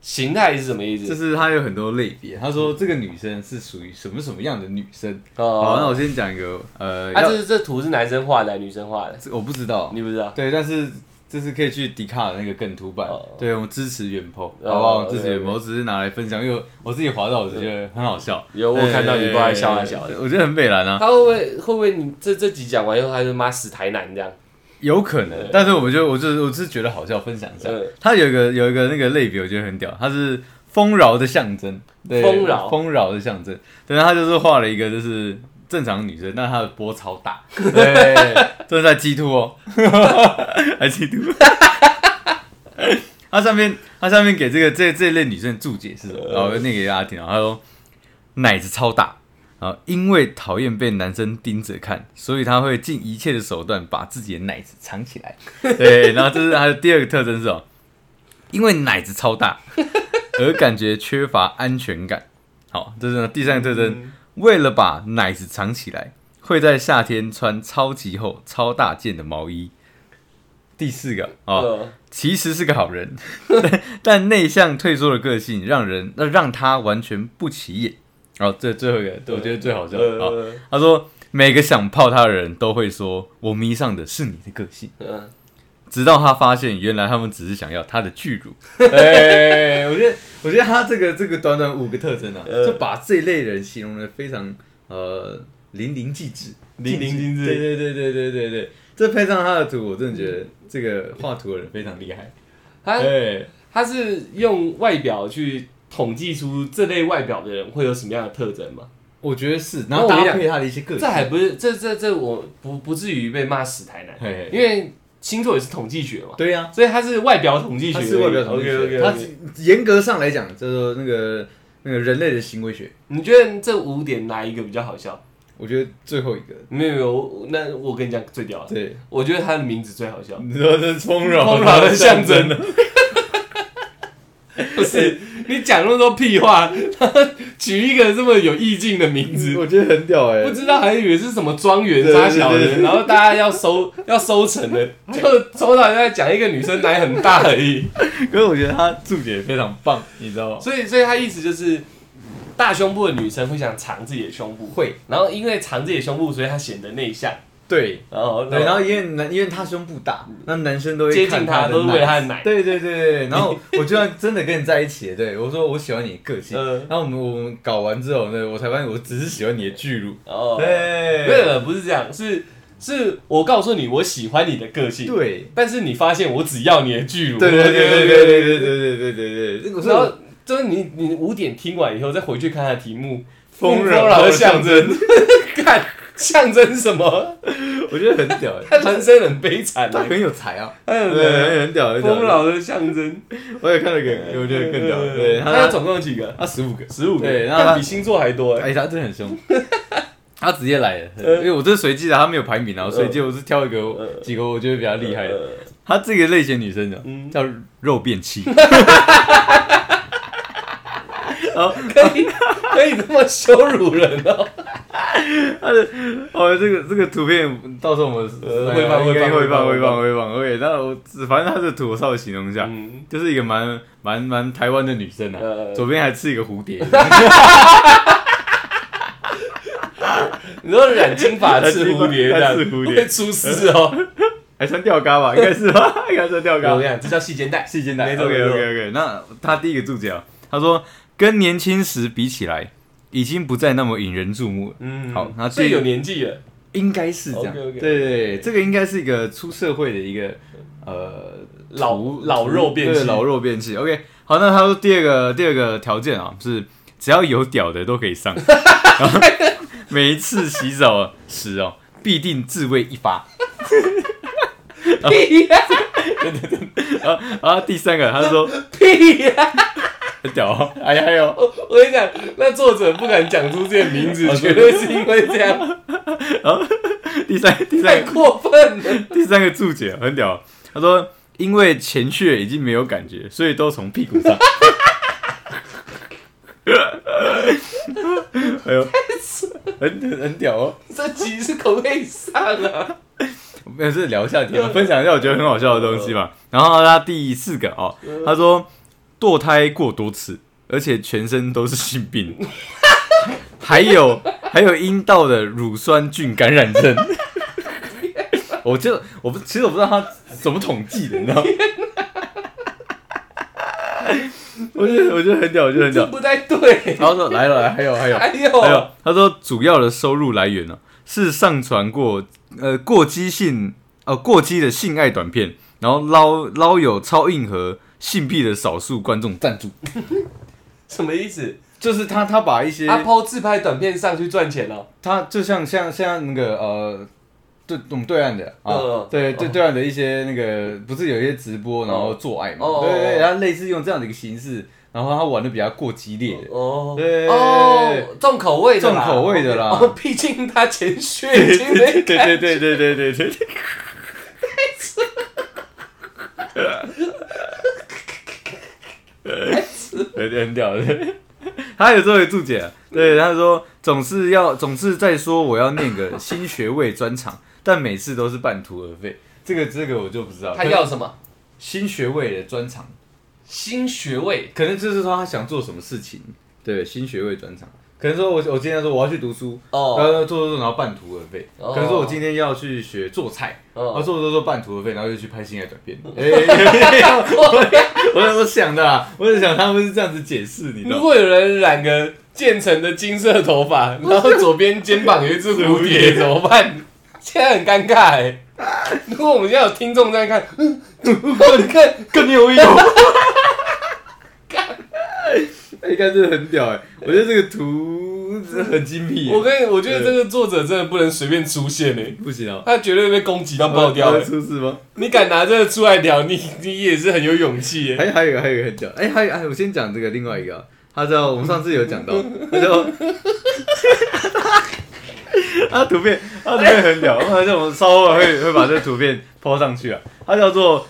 S1: 形态是什么意
S2: 就
S1: 思？
S2: 是它有很多类别。他说这个女生是属于什么什么样的女生？好，那
S1: 哦，
S2: 我先讲一个呃，
S1: 啊，
S2: 要
S1: 这这图是男生画的，还是女生画的？
S2: 这我不知道，
S1: 你不知道？
S2: 对，但是这是可以去迪卡的那个梗图版，
S1: 哦
S2: 对我们支持远抛，好不
S1: 哦
S2: 好？我们支持
S1: 对
S2: 远抛，我只是拿来分享，因为我自己滑到，我就觉得很好笑。
S1: 有我有看到你
S2: 对
S1: 不爱笑还笑的。
S2: 我觉得很美
S1: [laughs]
S2: 兰啊，
S1: 他会不会会不会你这这集讲完以后，他就妈死台南这样？
S2: 有可能，但是我觉得我就是我只是觉得好笑，分享一下
S1: 对。
S2: 它有一个有一个那个类别，我觉得很屌，它是丰饶的象征，对
S1: 丰饶
S2: 丰饶的象征。对，它就是画了一个就是正常女生，但她的波超大，对， [laughs] 这是在鸡突哦， [laughs] 还鸡 [laughs] 突。它上面它上面给这个这这类女生的注解是什么？
S1: 呃
S2: 然后那个给大家听啊，他说奶子超大。啊，因为讨厌被男生盯着看，所以他会尽一切的手段把自己的奶子藏起来。对，然后这是他的第二个特征是哦，因为奶子超大而感觉缺乏安全感。好，这是第三个特征，为了把奶子藏起来，会在夏天穿超级厚、超大件的毛衣。第四个啊，哦
S1: 嗯
S2: 其实是个好人， [laughs] 但内向退缩的个性让人那让他完全不起眼。哦，这最后一个，我觉得最好笑啊、哦！
S1: 呃
S2: 他说，每个想泡他的人都会说：“我迷上的是你的个性。
S1: 嗯，”
S2: 直到他发现，原来他们只是想要他的巨
S1: [laughs]
S2: 乳。哎、我觉得，我觉得他这个这个短短五个特征啊，
S1: 呃
S2: 就把这一类人形容的非常呃淋漓尽致，
S1: 淋漓尽致
S2: 对对对对对对对，这配上他的图，我真的觉得这个画图的人非常厉害。
S1: 他
S2: 对，
S1: 他是用外表去统计出这类外表的人会有什么样的特征吗？
S2: 我觉得是，
S1: 然
S2: 然
S1: 后
S2: 后
S1: 搭
S2: 搭
S1: 配
S2: 配他的一些个
S1: 这
S2: 性，
S1: 还不是这这这我不不至于被骂死台南，
S2: 嘿嘿
S1: 因为星座也是统计学嘛，
S2: 对啊呀，
S1: 所以他是外表统计学
S2: 他
S1: 而已，
S2: 是外表统计
S1: OK
S2: 学，他
S1: OK。
S2: 严格上来讲叫做那个那个人类的行为学，
S1: 你觉得这五点哪一个比较好笑？
S2: 我觉得最后一个，
S1: 没有没有，我那我跟你讲最屌的，
S2: 对，
S1: 我觉得他的名字最好
S2: [laughs]
S1: 笑，
S2: 你说这是丰饶
S1: 丰
S2: [laughs]
S1: 饶的象征。不是你讲那么多屁话， [laughs] 取一个这么有意境的名字，
S2: 我觉得很屌哎
S1: 不，知道还以为是什么庄园
S2: 对
S1: 杀小
S2: 对对
S1: 人，
S2: 对
S1: 然后大家要收要收成的，就抽到人在讲一个女生奶很大而已，
S2: 可是我觉得他注解非常棒，你知道吗？
S1: 所以所以他意思就是大胸部的女生会想藏自己的胸部，
S2: 会，
S1: 然后因为藏自己的胸部，所以她显得内向，
S2: 对。
S1: 然后
S2: 对，然后因为男，因为他胸部大，那男生都会
S1: 接近
S2: 看他，
S1: 她都是为了她的奶
S2: 对对对对，然 [laughs] 后我就算真的跟你在一起了，对我说我喜欢你的个性，
S1: 嗯
S2: 然后我们我们搞完之后呢，我才发现我只是喜欢你的巨乳，
S1: 哦，没
S2: 对，
S1: 有不是这样，是是我告诉你我喜欢你的个性，
S2: 对，
S1: 但是你发现我只要你的巨乳，
S2: 对对对对对对对对对对对，这个
S1: 然后就是你你五点听完以后再回去看他的题目，
S2: 丰饶
S1: 的
S2: 的
S1: 象
S2: 象
S1: 征， [laughs] 看象征什么？
S2: 我觉得很屌，
S1: 他人生很悲惨
S2: 他
S1: 的，
S2: 很有才啊，
S1: 嗯
S2: 对，很屌，很
S1: 丰
S2: 屌。
S1: 饶的象征，
S2: 我也看了个，我觉得更屌，对
S1: 他
S2: 他
S1: 总共有几个？
S2: 他十五个，
S1: 十五个，
S2: 对那
S1: 那
S2: 他
S1: 比星座还多哎。
S2: 哎，他真的很 [laughs] 凶，他直接来了，因为我这是随机的，他没有排名啊，我随机我是挑一个几个我觉得比较厉害的，
S1: 呃
S2: 他这个类型女生的
S1: 嗯
S2: 叫肉便器，
S1: 哎 [laughs] 可以可以这么羞辱人哦！
S2: [laughs] 哦，这个这个图片到时候我们
S1: 呃会放
S2: 应该
S1: 会
S2: 会
S1: 放
S2: 放
S1: 会
S2: 会
S1: 放
S2: 放会放。OK，那我反正他这个图我稍微形容一下，
S1: 嗯，
S2: 就是一个蛮蛮蛮台湾的女生啊，
S1: 呃
S2: 左边还刺一个蝴蝶， [laughs]
S1: 你说染金发刺蝴蝶这样，
S2: 染金发刺蝴蝶
S1: 会出事
S2: [laughs]
S1: 哦。
S2: 还穿吊嘎吧，应该是吧？ [laughs] 应该穿吊
S1: 我跟你
S2: 嘎，
S1: 讲，这叫细肩带。
S2: 啊细肩带。
S1: 没
S2: OK
S1: 错没
S2: OK
S1: 错
S2: OK，那他第一个注解啊，他说跟年轻时比起来，已经不再那么引人注目了，
S1: 嗯，
S2: 好那
S1: 最
S2: 这
S1: 有年纪了，
S2: 应该是这样。
S1: OK，OK
S2: 对对对，这个应该是一个出社会的一个呃
S1: 嗯老
S2: 图
S1: 老肉变
S2: 对
S1: 性，
S2: 老肉变器。OK，好，那他说第二个第二个条件啊，是只要有屌的都可以上， [laughs] 然后每一次洗澡时哦，必定自慰一发。哦
S1: [laughs] 屁呀
S2: 然后啊第三个他说
S1: 屁呀！
S2: 屌哦，哎呀哎呦，
S1: 我 [laughs] 我跟你讲，那作者不敢讲出这些名字，
S2: [laughs] 哦
S1: 绝
S2: 是
S1: 对是因为这样，
S2: 第三第
S1: 太
S2: 三个
S1: 过分了。
S2: [laughs] 第三个注解很屌哦，他说因为前穴已经没有感觉，所以都从屁股上。 [laughs] 哎呦，很很很屌哦！
S1: 这集是口味上
S2: [laughs]
S1: 啊，
S2: 没有，是聊一下天嘛，分享一下我觉得很好笑的东西嘛。然后他第四个哦，他说堕胎过多次，而且全身都是性病，还有还有阴道的乳酸菌感染症。我就我不，其实我不知道他怎么统计的，你知道吗？我觉得我觉得很屌，我觉得很
S1: 这 [laughs]
S2: 屌。
S1: 不太对。哎
S2: 然后说来了，来还有还有
S1: 还
S2: 还
S1: 有
S2: 有，他说主要的收入来源呢、哦是上传过呃过激性呃过激的性爱短片，然后捞捞有超硬核性癖的少数观众赞助，
S1: 什么意思？
S2: 就是他他把一些
S1: 他抛自拍短片上去赚钱哦。
S2: 他就像像像那个呃。对，我们对岸的啊，
S1: 嗯
S2: 对
S1: 嗯
S2: 对对岸的一些那个，不是有一些直播，然后做爱嘛，
S1: 哦
S2: 对对，
S1: 哦
S2: 他类似用这样的一个形式，然后他玩的比较过激烈的，
S1: 哦
S2: 对
S1: 哦，重口味的啦，
S2: 重口味的啦
S1: 哦，毕竟他
S2: [laughs]
S1: 前血已经没
S2: 对对对对对对对对。有点屌的，他有时候会注解、对他说总是要总是在说我要念个新学位专场，但每次都是半途而废。这个这个我就不知道，
S1: 他要什么
S2: 新学位的专场，
S1: 新学位？
S2: 可能就是说他想做什么事情，对新学位专场，可能说我我今天说我要去读书，然
S1: 哦
S2: 后做做做，然后半途而废，
S1: 哦
S2: 可能说我今天要去学做菜，然后
S1: 哦，
S2: 做做做半途而废，然后又去拍新的短
S1: [laughs]
S2: 片。哎 [laughs] 哎哎我我我想的啦，我在想他们是这样子解释，你知
S1: 如 [laughs]
S2: 道吗？
S1: 果有人染个渐层的金色头发，
S2: [laughs]
S1: 然后左边肩膀有一只蝴蝶，怎么办？现在很尴尬哎。如果我们现在有听众在看， [laughs] 嗯，你看
S2: 跟你有有。 [laughs] 哎，应该真的很屌哎、我觉得这个图真的很精辟、哎
S1: 我跟你，我觉得这个作者真的不能随便出现哎，
S2: 不行啊，
S1: 他绝对被攻击到爆掉
S2: 会
S1: 哎。
S2: 出事吗？
S1: 你敢拿这个出来聊，你你也是很有勇气欸耶。
S2: [laughs] 还还有一个还有一个很屌，哎、还有哎，我先讲这个另外一个啊，他叫我们上次有讲到，他叫， [laughs] 他图片他图片很屌，他叫我们稍后会会把这个图片抛上去啊，他叫做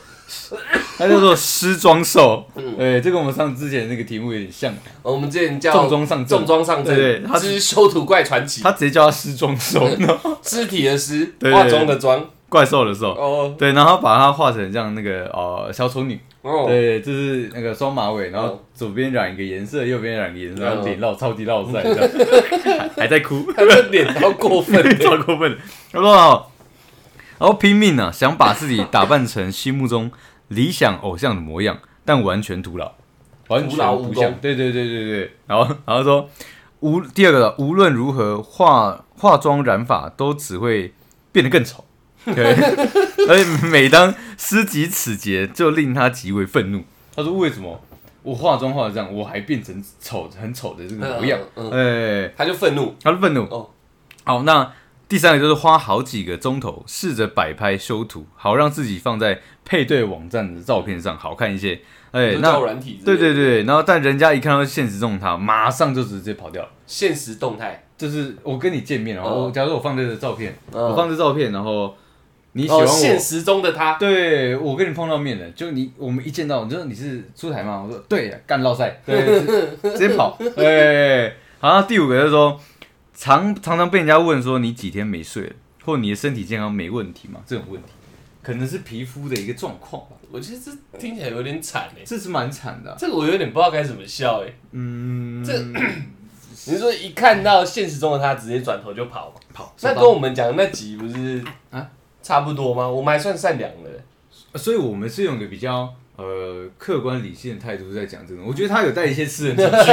S2: 他叫做失装兽，对，这跟我们上之前那个题目有点像，
S1: 哦我们之前嗯叫
S2: 重装上阵
S1: 重装上
S2: 对
S1: 阵
S2: 对他
S1: 之修图怪传奇，
S2: 他直接叫他失装兽，然后
S1: 肢体的尸，
S2: 对对
S1: 化妆的妆，
S2: 怪兽的兽。
S1: 哦
S2: 对，然后把它画成像那个呃小丑女，
S1: 哦，
S2: 对，就是那个双马尾，然
S1: 哦
S2: 后左边染一个颜色，右边染一个颜色，然后
S1: 嗯
S2: 脸绕超级绕
S1: [laughs]
S2: 腮，这样还在哭。
S1: 他这脸好过
S2: [laughs]
S1: 分欸
S2: 超过分的。他说好，然后拼命呢、啊，想把自己打扮成心目中理想偶像的模样，但完全徒劳，完
S1: 徒劳
S2: 全
S1: 无
S2: 不
S1: 功
S2: 像。对对对对对。然后然后说，无第二个，无论如何化化妆染发都只会变得更丑。 [laughs] 对，而且每当思及此节，就令他极为愤怒。他说：“为什么我化妆化的这样，我还变成丑很丑的这个模样？”哎、
S1: 嗯嗯他就愤怒，
S2: 他的愤怒。
S1: 哦
S2: 好，那第三个就是花好几个钟头试着摆拍修图，好让自己放在配对网站的照片上好看一些。哎、
S1: 就
S2: 那
S1: 叫软体之类
S2: 对
S1: 的，
S2: 对对，然后但人家一看到现实中的他，马上就直接跑掉了。
S1: 现实动态，
S2: 就是我跟你见面，然
S1: 哦
S2: 后我假如我放这个照片，
S1: 哦
S2: 我放这照片，然后你喜欢我，
S1: 哦，现实中的他，
S2: 对我跟你碰到面了，就你我们一见到，你说你是出台吗？
S1: [laughs]
S2: 我说对，干绕赛，对，直直接跑，对。好，那第五个就是说，常常常被人家问说你几天没睡了，或你的身体健康没问题吗？这种问题，可能是皮肤的一个状况吧，
S1: 我觉得这听起来有点惨哎、
S2: 这是蛮惨的啊、
S1: 这个我有点不知道该怎么笑哎、
S2: 嗯，
S1: 这 [clears throat] 你是说一看到现实中的他，直接转头就跑吗？
S2: 跑
S1: 那跟我们讲那集不是
S2: 啊
S1: 差不多吗？我们还算善良的，
S2: 所以我们是用一个比较呃客观理性的态度在讲这个，我觉得他有带一些私人
S1: [laughs]
S2: 情绪，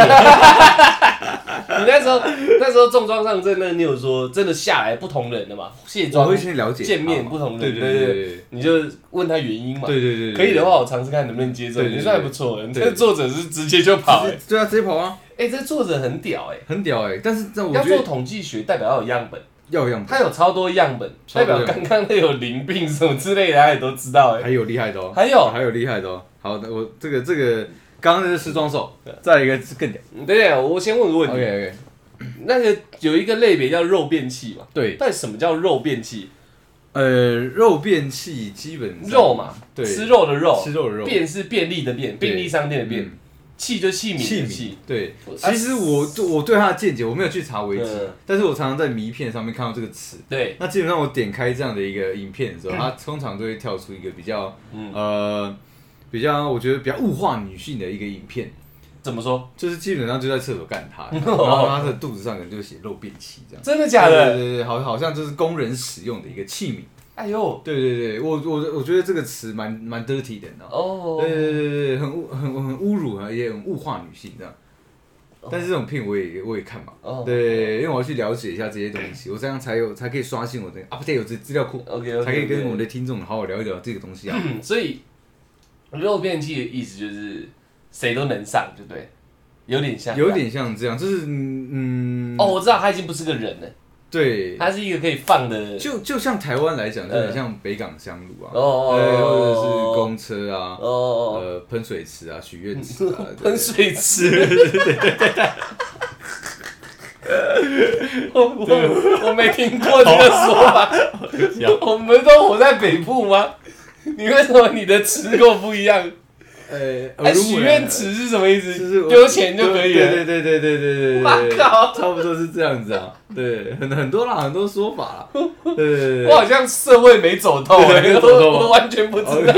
S1: 你那时
S2: [laughs]
S1: 候那时候重创上阵，那你有说真的下来不同人的嘛？卸
S2: 我
S1: 妆
S2: 会先了解
S1: 见面
S2: 他嘛
S1: 不同人
S2: 对对
S1: 对
S2: 对
S1: 对
S2: 对
S1: 你就问他原因嘛。
S2: 对对对，
S1: 可以的话，我尝试看能不能接受。
S2: 对对对
S1: 你算还不错，你这个
S2: 对
S1: 作者是直接就跑、
S2: 直
S1: 欸
S2: 接，对啊，直接跑啊，
S1: 哎、这作者很屌哎、
S2: 很屌哎！但是但我
S1: 要
S2: 觉
S1: 做
S2: 得
S1: 统计学，代表要有样本，
S2: 要样
S1: 他有超多样本，
S2: 超
S1: 代
S2: 多样
S1: 表
S2: 本
S1: 刚刚那有淋病什么之类的，他也都知道哎、
S2: 还有厉害的哦，
S1: 还有
S2: 还有厉害的哦。好的，我这个这个刚刚那是时装手，再一个是更屌。
S1: 对对对，我先问个问
S2: OK
S1: 题
S2: OK，
S1: 那个有一个类别叫肉变器嘛？
S2: 对，
S1: 到底什么叫肉变器？
S2: 呃，肉便器基本上
S1: 肉，嘛，
S2: 对
S1: 吃肉的肉，
S2: 吃肉的肉，
S1: 便是便利的便，
S2: 对
S1: 便利商店的便，
S2: 嗯
S1: 器就器皿
S2: 器
S1: 的
S2: 皿
S1: 器。。
S2: 对，
S1: 啊
S2: 其实我我对他的见解我没有去查维基
S1: 嗯，
S2: 但是我常常在迷片上面看到这个词。
S1: 对，
S2: 那基本上我点开这样的一个影片
S1: [clears throat]
S2: 的时候，它通常都会跳出一个比较
S1: 嗯，
S2: 呃比较我觉得比较物化女性的一个影片。
S1: 怎么说？
S2: 就是基本上就在厕所
S1: [laughs]
S2: 干他，然后他的肚子上可能就写肉便器这样。
S1: 真的假
S2: 对
S1: 的？
S2: 对对，好，好像就是工人使用的一个器皿。
S1: 哎呦，
S2: 对对对，我我我觉得这个词蛮蛮 dirty 的，你知道吗？
S1: 哦
S2: 对，对对对，很物很很侮辱，啊也很物化女性这样。但是这种片我也我也看嘛，
S1: 哦
S2: 对，因为我要去了解一下这些东西，我这样才有才可以刷新我的啊 update 我的资料库，
S1: ，OK OK，
S2: 才可以跟我们的听众好好聊一聊这个
S1: [laughs]
S2: 东西啊。
S1: 嗯所以肉变器的意思就是谁都能上，对不对？有点像，
S2: 有。点像这样，就是嗯，嗯
S1: 哦，，我知道他已经不是个人了，
S2: 对，
S1: 他是一个可以放的。
S2: 就就像台湾来讲，就
S1: 嗯
S2: 很像北港香炉啊，
S1: 哦哦哦
S2: 对，或者
S1: 哦
S2: 是公车啊，
S1: 哦，
S2: 呃，喷水池啊，许愿池
S1: [laughs]
S2: 啊，对
S1: 喷水
S2: [laughs]
S1: 池。我我我没听过这个说法，我们都活在北部吗？你为什么你的池跟我不一样？
S2: 呃，
S1: 哎，
S2: 耳濡
S1: 许
S2: 目染
S1: 愿池是什么意
S2: 就
S1: 思？
S2: 是
S1: 丢钱就可以了。
S2: 对对对对对对对
S1: 哇
S2: 对，
S1: 靠
S2: [laughs] 差不多是这样子啊，对，很很多啦，很多说法啦，对对对
S1: 我
S2: 对
S1: 好像社会没走透，
S2: 对没
S1: 我
S2: 有走透吗
S1: 我完全不知 [laughs] 道。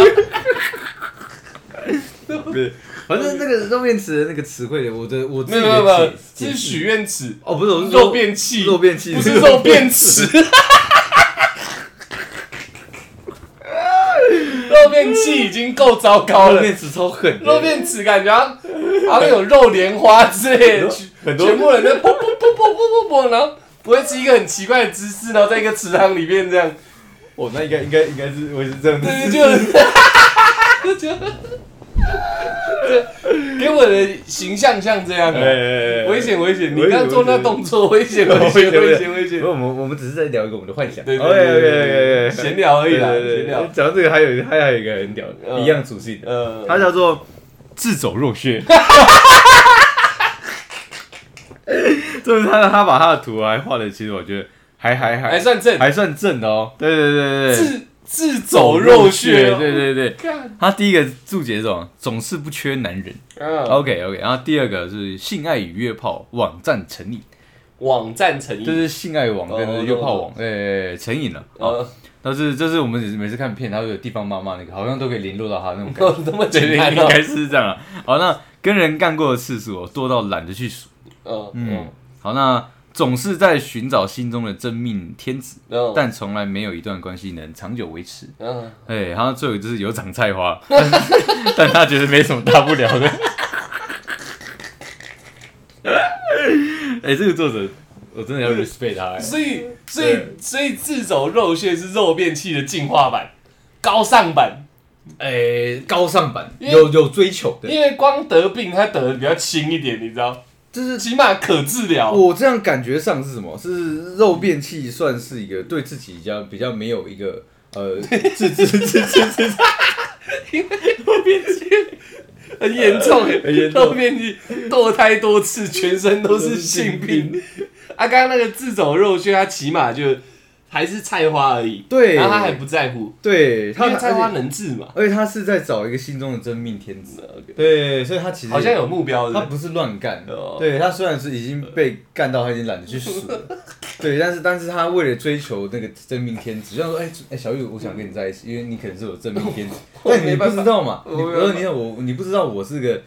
S2: 对，反正那个肉便池的那个词汇，我的我自
S1: 没
S2: 己
S1: 有没有没有
S2: 的，解
S1: 是
S2: 解
S1: 许
S2: 释
S1: 愿池，
S2: 哦，不是，我是说
S1: 肉便器，
S2: 肉便器
S1: 不是肉便池。肉便器已经够糟糕
S2: 肉
S1: 了，
S2: 便池超狠的，
S1: 肉便池感觉好像好像有肉莲花之类的，
S2: 很多
S1: 全部人在啵啵啵啵啵啵啵，然后不会是一个很奇怪的姿势，然后在一个池塘里面这样，
S2: 哦，那应该应该应该是我也是这样子，
S1: 对，就就就给我的形象像这样啊。
S2: 哎
S1: 危险危险！你
S2: 危险
S1: 刚做那动作，危险危险危险危险！
S2: 我们我们只是在聊一个我们的幻想，
S1: 对对对对，
S2: 对
S1: 闲聊而已啦，
S2: 对对
S1: 闲
S2: 对
S1: 聊。
S2: 讲到这个还有还有一个很屌的，
S1: 嗯
S2: 一样属性的，
S1: 呃，
S2: 它叫做自走肉穴。就是他他把他的图还画的，其实我觉得还还还
S1: 还算正，
S2: 还算正的哦。对对对对对，
S1: 自自走肉穴哦，
S2: 对对对。
S1: 干，
S2: 他第一个注解是什么？总是不缺男人。 [laughs]
S1: 嗯，
S2: OK OK，然后第二个是性爱与约炮网站成瘾，
S1: 网站成
S2: 就
S1: 瘾，
S2: 是性爱网
S1: 哦
S2: 跟约炮网，哎，成瘾了。哦，
S1: 呃，
S2: 但是这是我们每次看片，他会有地方妈妈那个，好像都可以联络到他那种感
S1: 那
S2: 觉。
S1: 么简
S2: [laughs] 对，
S1: 单
S2: 应
S1: 哦，
S2: 该是这样了。好，那跟人干过的次数、哦、多到懒得去数。
S1: 嗯
S2: 嗯
S1: 嗯，
S2: 好，那总是在寻找心中的真命天子，
S1: 嗯，
S2: 但从来没有一段关系能长久维持。
S1: 嗯，
S2: 哎，然后最后就是有长菜花，但但他觉得没什么大不了的。哎，这个作者，我真的要 respect 他。哎
S1: 所以所以所以自走肉穴是肉便器的进化版，高尚版。
S2: 哎，高尚版
S1: 因为
S2: 有追求的，
S1: 因为光得病，他得的比较轻一点，你知道，
S2: 就是
S1: 起码可治疗。
S2: 我这样感觉上是什么？是肉便器算是一个对自己比较比较没有一个呃自自自自自自
S1: 很严重耶，
S2: 很严
S1: [laughs]
S2: 重
S1: 后面你堕胎多
S2: [laughs]
S1: 次，全身都是性病。啊，刚刚那个自走肉穴，它起码就还是菜花而已，
S2: 对
S1: 然后他还不在乎，
S2: 对
S1: 因
S2: 他，
S1: 为
S2: 而
S1: 菜花
S2: 且
S1: 能治嘛，
S2: 而且他是在找一个心中的真命天子，对，所以他其实
S1: 好像有目标
S2: 嗯他
S1: 的，
S2: 不是乱干
S1: 哦，
S2: 对他虽然是已经被干到，他已经懒得去数
S1: [laughs]
S2: 了，对，但是但是他为了追求那个真命天子，就像说，哎、哎、小玉，我想跟你在一起，因为你可能是我真命
S1: [laughs]
S2: 天子，但你不知道嘛，你
S1: 我没
S2: 我说
S1: 办法
S2: 你看我，你不知道我是个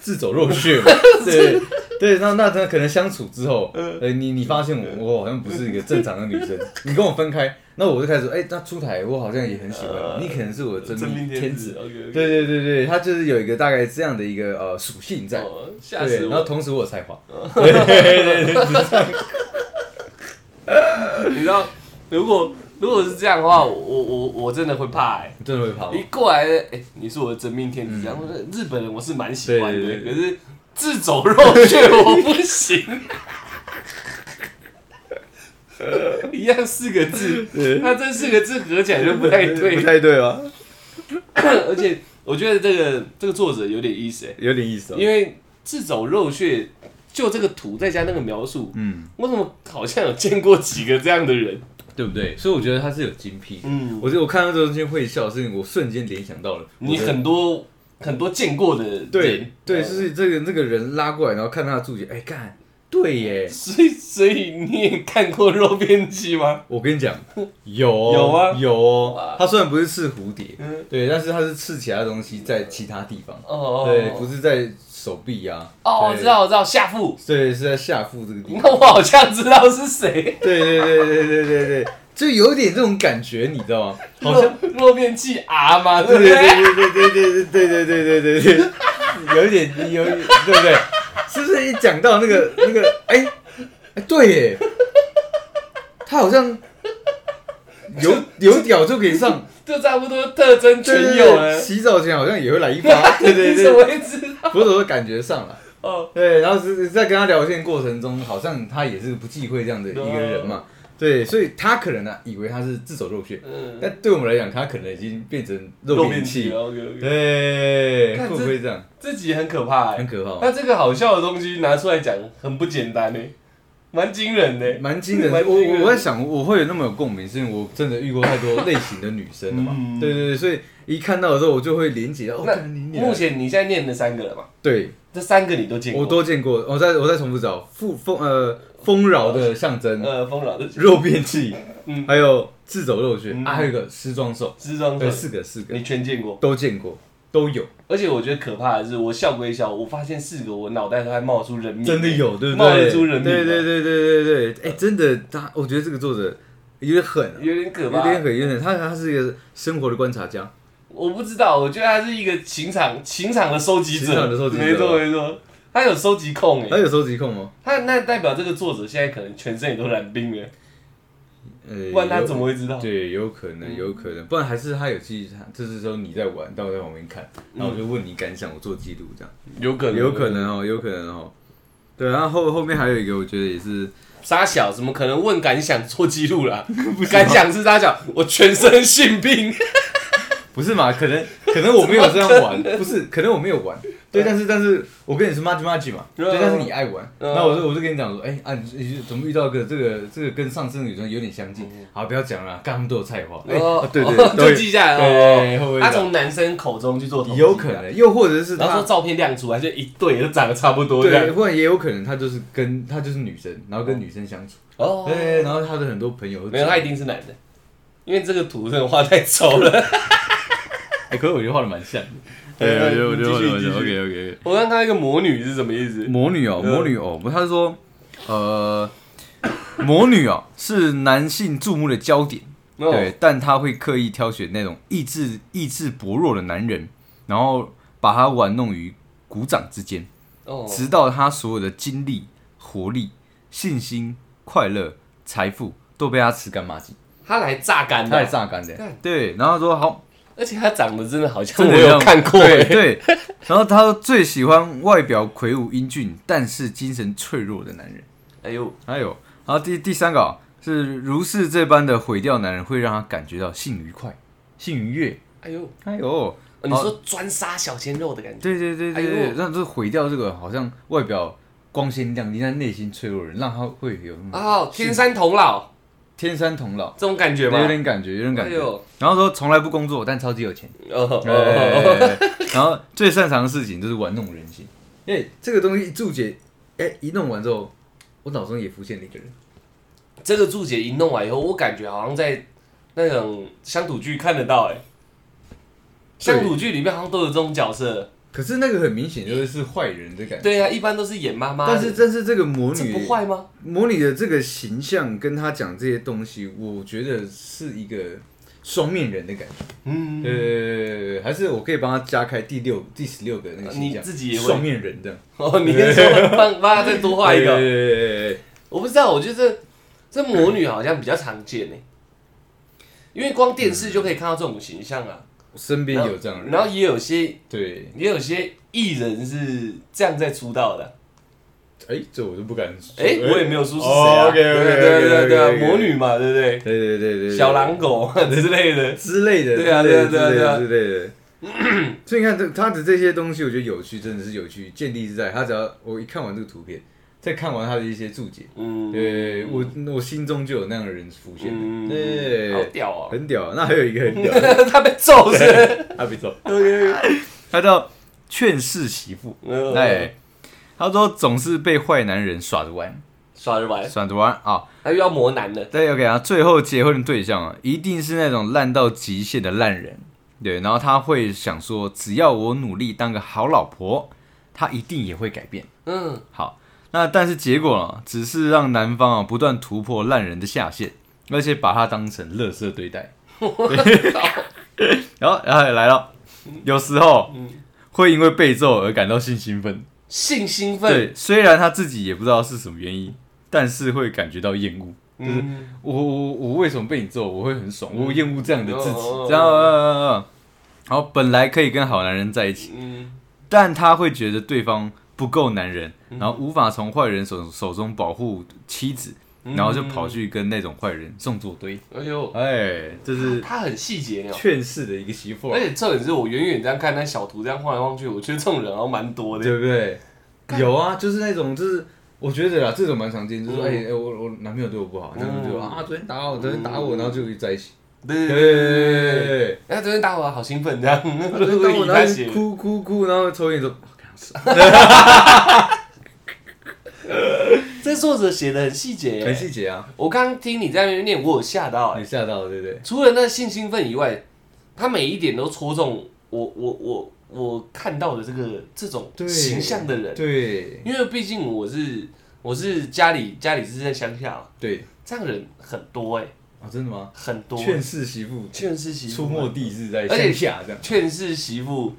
S2: 自走肉血
S1: [laughs]
S2: 嘛，对对，那那他可能相处之后，
S1: 嗯
S2: 呃，你你发现我我好像不是一个正常的女
S1: [laughs]
S2: 生，你跟我分开，那我就开始，哎、那出台我好像也很喜
S1: 呃
S2: 欢你，你可能是我的真命嗯天子，
S1: ，OK，
S2: 对对对对，他就是有一个大概这样的一个呃属性在。
S1: 哦吓
S2: 对，
S1: 死
S2: 然后
S1: 我！
S2: 同时我有才
S1: [laughs]
S2: 华，
S1: 你知道，如果如果是这样的话，我我我真的会怕哎，
S2: 真的会跑
S1: 一。过来，哎，你是我的真命天子，然后日本人我是蛮喜欢的
S2: 对，对
S1: 可是自走肉却我不行。一样四个字，那这四个字合起来就不太对
S2: 不，太对啊吧？
S1: 而且我觉得这个这个作者有点意思哎，
S2: 有点意思哦。
S1: 因为自走肉穴，就这个图再加那个描述，
S2: 嗯，
S1: 我怎么好像有见过几个这样的人？
S2: 对不对？所以我觉得他是有精辟的。
S1: 嗯，
S2: 我觉得我看到这个东西会笑，是因为我瞬间联想到了
S1: 你
S2: 我的
S1: 很多很多见过的人，
S2: 对对，
S1: 嗯
S2: 就是这个那个人拉过来，然后看他的注解，哎，干，对耶！
S1: 所以所以你也看过肉片机吗？
S2: 我跟你
S1: [laughs]
S2: 讲，有哦
S1: 有啊
S2: 有哦
S1: 哇。
S2: 他虽然不是刺蝴蝶
S1: 嗯，
S2: 对，但是他是刺其他东西在其他地方，
S1: 哦，
S2: 对，不
S1: 是
S2: 是在手臂啊。
S1: 哦，我
S2: 对
S1: 知，道我知道下腹，
S2: 对，是在下腹这个地方
S1: 那。我好像知道是谁。
S2: 对对对对对对对，就有点这种感觉，你知道 [laughs] 吗？好像啊
S1: 肉肉片剂 R 嘛，对
S2: 对
S1: 不
S2: 对
S1: 对？
S2: 对对对对对对对对对 [laughs] 对，有一点有一点对不对？是不是一讲到那个那个哎、哎对耶，他好像有有屌就可以上，
S1: 就差不多特征
S2: [laughs] 对对
S1: 全
S2: 对
S1: 有了。
S2: 洗澡前好像也会来一 [laughs] 发，对对
S1: 你怎
S2: 对，
S1: 么会知道？
S2: 我总是感觉上了。
S1: 哦，
S2: 对，然后是在跟他聊天过程中，好像他也是不忌讳这样的一个人嘛。对，啊所以他可能呢、以为他是自走肉穴，
S1: 嗯，
S2: 但对我们来讲，他可能已经变成肉饼器。
S1: o k
S2: 对，
S1: 看
S2: 会
S1: 这
S2: 不会这样？
S1: 这集很可怕哎
S2: 很。可怕
S1: 那
S2: 哦，
S1: 这个好笑的东西拿出来讲，很不简单呢，欸蛮惊人的。欸
S2: 蛮惊人的。
S1: 哎蛮
S2: 我
S1: 惊人
S2: 我
S1: 的。
S2: 我在想，我会有那么有共鸣，是因为我真的遇过太多类型的女生了嘛
S1: 嗯
S2: 对对对，所以一看到的时候，我就会连接到。哦，
S1: 那
S2: 看你你
S1: 目前你现在念了三个了嘛？
S2: 对
S1: 这三个你都见过？
S2: 我都见过。我再我再重复找富丰呃丰饶的象征，
S1: 呃，丰饶的
S2: 肉变器
S1: 嗯，
S2: 还有自走肉穴，
S1: 嗯
S2: 啊还有一个失装手，
S1: 支装
S2: 对，
S1: 手，
S2: 四个四个
S1: 你全见过。
S2: 都见过，都有，
S1: 而且我觉得可怕的是，我笑归笑，我发现四个我脑袋都还冒出人命，
S2: 真的有，对不
S1: 冒
S2: 对？
S1: 得出人命啊
S2: 对对对对对对，哎，真的，他我觉得这个作者有点狠啊。
S1: 有点可
S2: 有
S1: 怕。
S2: 点很有点，他他是一个生活的观察家，
S1: 我不知道，我觉得他是一个情场情场的收集者，
S2: 情场的收集者
S1: 没错没错，他有收集控哎
S2: 他，有收集控吗？
S1: 他那代表这个作者现在可能全身也都染病了，
S2: 呃
S1: 不然他
S2: 有
S1: 怎么会嗯知道？
S2: 对，有可能，有可能，不然还是他有记忆，他就是说你在玩，但我在旁边
S1: 嗯
S2: 看，然后我就问你感想，我做记录这样，
S1: 有可
S2: 有可能哦，有可能哦，对，然后后后面还有一个，我觉得也是，
S1: 沙小怎么可能问感想做记录
S2: [laughs]
S1: 啦？感想是沙小，我全身性病，
S2: 不是嘛？可能可能我没有这样
S1: [laughs]
S2: 玩，不是，可能我没有玩，对，但是但是我跟你是妈吉妈吉嘛，对，
S1: 嗯
S2: 但是你爱玩，
S1: 嗯
S2: 那我就我就跟你讲说，哎啊，你你怎么遇到个这个这个跟上次的女生有点相近，好，不要讲了，干他们都有菜花， [laughs] 哎，
S1: 嗯哦
S2: 啊对对，都
S1: 就
S2: 有
S1: 记下来
S2: 对
S1: 哦。
S2: 会不会
S1: 他
S2: 这样
S1: 从男生口中去做统计，
S2: 有可能，又或者是
S1: 然后
S2: 他
S1: 说照片亮出来就一对，就长得差不多这
S2: 对，
S1: 样。
S2: 或者也有可能他就是跟他就是女生，然后跟女生相处，
S1: 哦，
S2: 对，然后他的很多朋友都
S1: 没有，他一定是男的，因为这个图真的画太丑
S2: [laughs]
S1: 了。
S2: 哎，可是我觉得画的蛮像的，哎
S1: 对我觉得我觉得
S2: 继续
S1: 我觉得
S2: 继续 OK OK，
S1: 我刚刚看到一个魔女是什么意思？
S2: 魔女哦，魔女哦，不，他是说呃，魔女哦是男性注目的焦点，
S1: 哦
S2: 对，，但他会刻意挑选那种意志意志薄弱的男人，然后把他玩弄于股掌之间。
S1: 哦，
S2: 直到他所有的精力、活力、信心、快乐、财富都被他吃干抹净，
S1: 他来榨干
S2: 他也
S1: 的，
S2: 榨干的
S1: 嗯干。
S2: 对，然后说好，
S1: 而且他长得真的好像
S2: 真
S1: 我
S2: 的
S1: 有
S2: 像
S1: 看过，
S2: 对
S1: 欸
S2: 对。然后他说最喜欢外表魁梧英俊，但是精神脆弱的男人。
S1: 哎呦，
S2: 还有，然后第第三个、啊是如是这般的毁掉男人，会让他感觉到性愉快、性愉悦。
S1: 哎呦，
S2: 哎呦，
S1: 哦你说专杀小鲜肉的感觉，
S2: 对对对对
S1: 哎
S2: 对
S1: 呦，
S2: 让这毁掉这个好像外
S1: 啊
S2: 表光鲜亮丽，但内心脆弱的人，让他会有那种
S1: 哦，天山童姥，
S2: 天山童姥，
S1: 这种感觉
S2: 对
S1: 吗？
S2: 有点感觉，有点感
S1: 哎
S2: 觉。
S1: 呦，
S2: 然后说从来不工作，但超级有钱。
S1: 哦
S2: 哎
S1: 哦，
S2: 然后最擅长的事情就是玩弄人心。哎、这个东西注解，哎、一弄完之后，我脑中也浮现了一个人。
S1: 这个注解一弄完以后，我感觉好像在那种乡土剧看得到，哎，乡土剧里面好像都有这种角色。
S2: 可是那个很明显就是是坏人的感觉。
S1: 对啊呀、一般都是演妈妈的，
S2: 但是但是这个魔
S1: 这
S2: 女
S1: 不坏吗？
S2: 魔女的这个形象跟她讲这些东西，我觉得是一个双面人的感觉。
S1: 嗯，
S2: 呃，还是我可以帮她加开第六、第十六个那个形象，
S1: 你自己也会
S2: 双面人这样。
S1: 哦， [laughs] 你是说帮帮他再多画一
S2: 对
S1: 个？
S2: 对对对对
S1: 我不知道，我觉得这这魔女好像比较常见呢、因为光电视就可以看到这种形象啊。
S2: 我身边有这样的人，
S1: 然后也有些
S2: 对，
S1: 也有些艺人是这样在出道的，
S2: 哎，这我就不敢说，
S1: 哎，我也没有说是谁啊，
S2: OK，
S1: 对对对对对啊，魔，
S2: OK，OK，OK，OK，OK，
S1: 女嘛，对不对？
S2: 对对对对，对
S1: 小狼狗之类的，
S2: 之类的，
S1: 对啊
S2: 之类的
S1: 对啊对啊
S2: 之
S1: [clears throat]
S2: 类的。之类的所以你看这他的这些东西，我觉得有趣，真的是有趣。见地是在他只要我一看完这个图片，再看完他的一些注解，
S1: 嗯，
S2: 对我我心中就有那样的人浮现了，
S1: 嗯，好
S2: 对，
S1: 屌哦， [laughs]
S2: 很屌。那还有一个很屌，
S1: 他被揍是不是，
S2: 他
S1: [laughs]
S2: 别走，他叫劝世媳妇，
S1: 嗯
S2: 哎，他说总是被坏男人耍着玩，
S1: 耍着玩，
S2: 耍着玩啊。
S1: 他又要磨男的，
S2: 对，OK 啊，最后结婚的对象啊，一定是那种烂到极限的烂人。对，然后他会想说，只要我努力当个好老婆，他一定也会改变。
S1: 嗯，
S2: 好，那但是结果呢，只是让男方啊不断突破烂人的下限，而且把他当成垃圾对待。然后，然后也来了，有时候会因为被揍而感到性兴奋。
S1: 性兴奋，
S2: 对，虽然他自己也不知道是什么原因，但是会感觉到厌恶。
S1: 嗯，
S2: 我我我为什么被你揍，我会很爽，我厌恶这样的自己
S1: 哦哦哦，
S2: 这样，呃呃呃然后本来可以跟好男人在一起，
S1: 嗯，
S2: 但他会觉得对方不够男人，然后无法从坏人手手中保护妻子，然后就跑去跟那种坏人送作堆。
S1: 哎呦，
S2: 哎，这是
S1: 他很细节哦。
S2: 劝世的一个媳妇
S1: 而，且重点是我远远这样看那小图这样晃来晃去，我觉得这种人好像蛮多的。
S2: 对不对？有啊，就是那种就是。我觉得啊，这种蛮常见，就是说，
S1: 嗯
S2: 哎、哎、我我男朋友对我不好，
S1: 嗯
S2: 男朋友对我啊，昨天打我，昨天打我，然后就在一起。
S1: 对对
S2: 对
S1: 对
S2: 对
S1: 对对
S2: 对对
S1: 对
S2: 对
S1: 对对
S2: 对对，
S1: 哎呀，昨天打我好兴奋，这
S2: [laughs]
S1: 样，我
S2: 就是
S1: 就
S2: 当我
S1: 理他
S2: 拿
S1: 写
S2: 去。哭哭哭，然后抽烟说，哦干死了
S1: 这作者写的很细节
S2: 很
S1: 耶，
S2: 细节啊，
S1: 我刚刚听你在那边念，我有吓到哎。
S2: 你吓到了对不对？
S1: 除了那性兴奋以外，他每一点都戳中我我我我看到的这个这种
S2: 对
S1: 形象的人，
S2: 对
S1: 因为毕竟我是我是家里家里是在乡下嘛，
S2: 对
S1: 这样的人很多哎，
S2: 啊，真的吗？
S1: 很多。哎
S2: 劝世媳妇
S1: 劝世媳妇
S2: 出没地是在
S1: 而且
S2: 乡下这样，
S1: 劝世媳妇，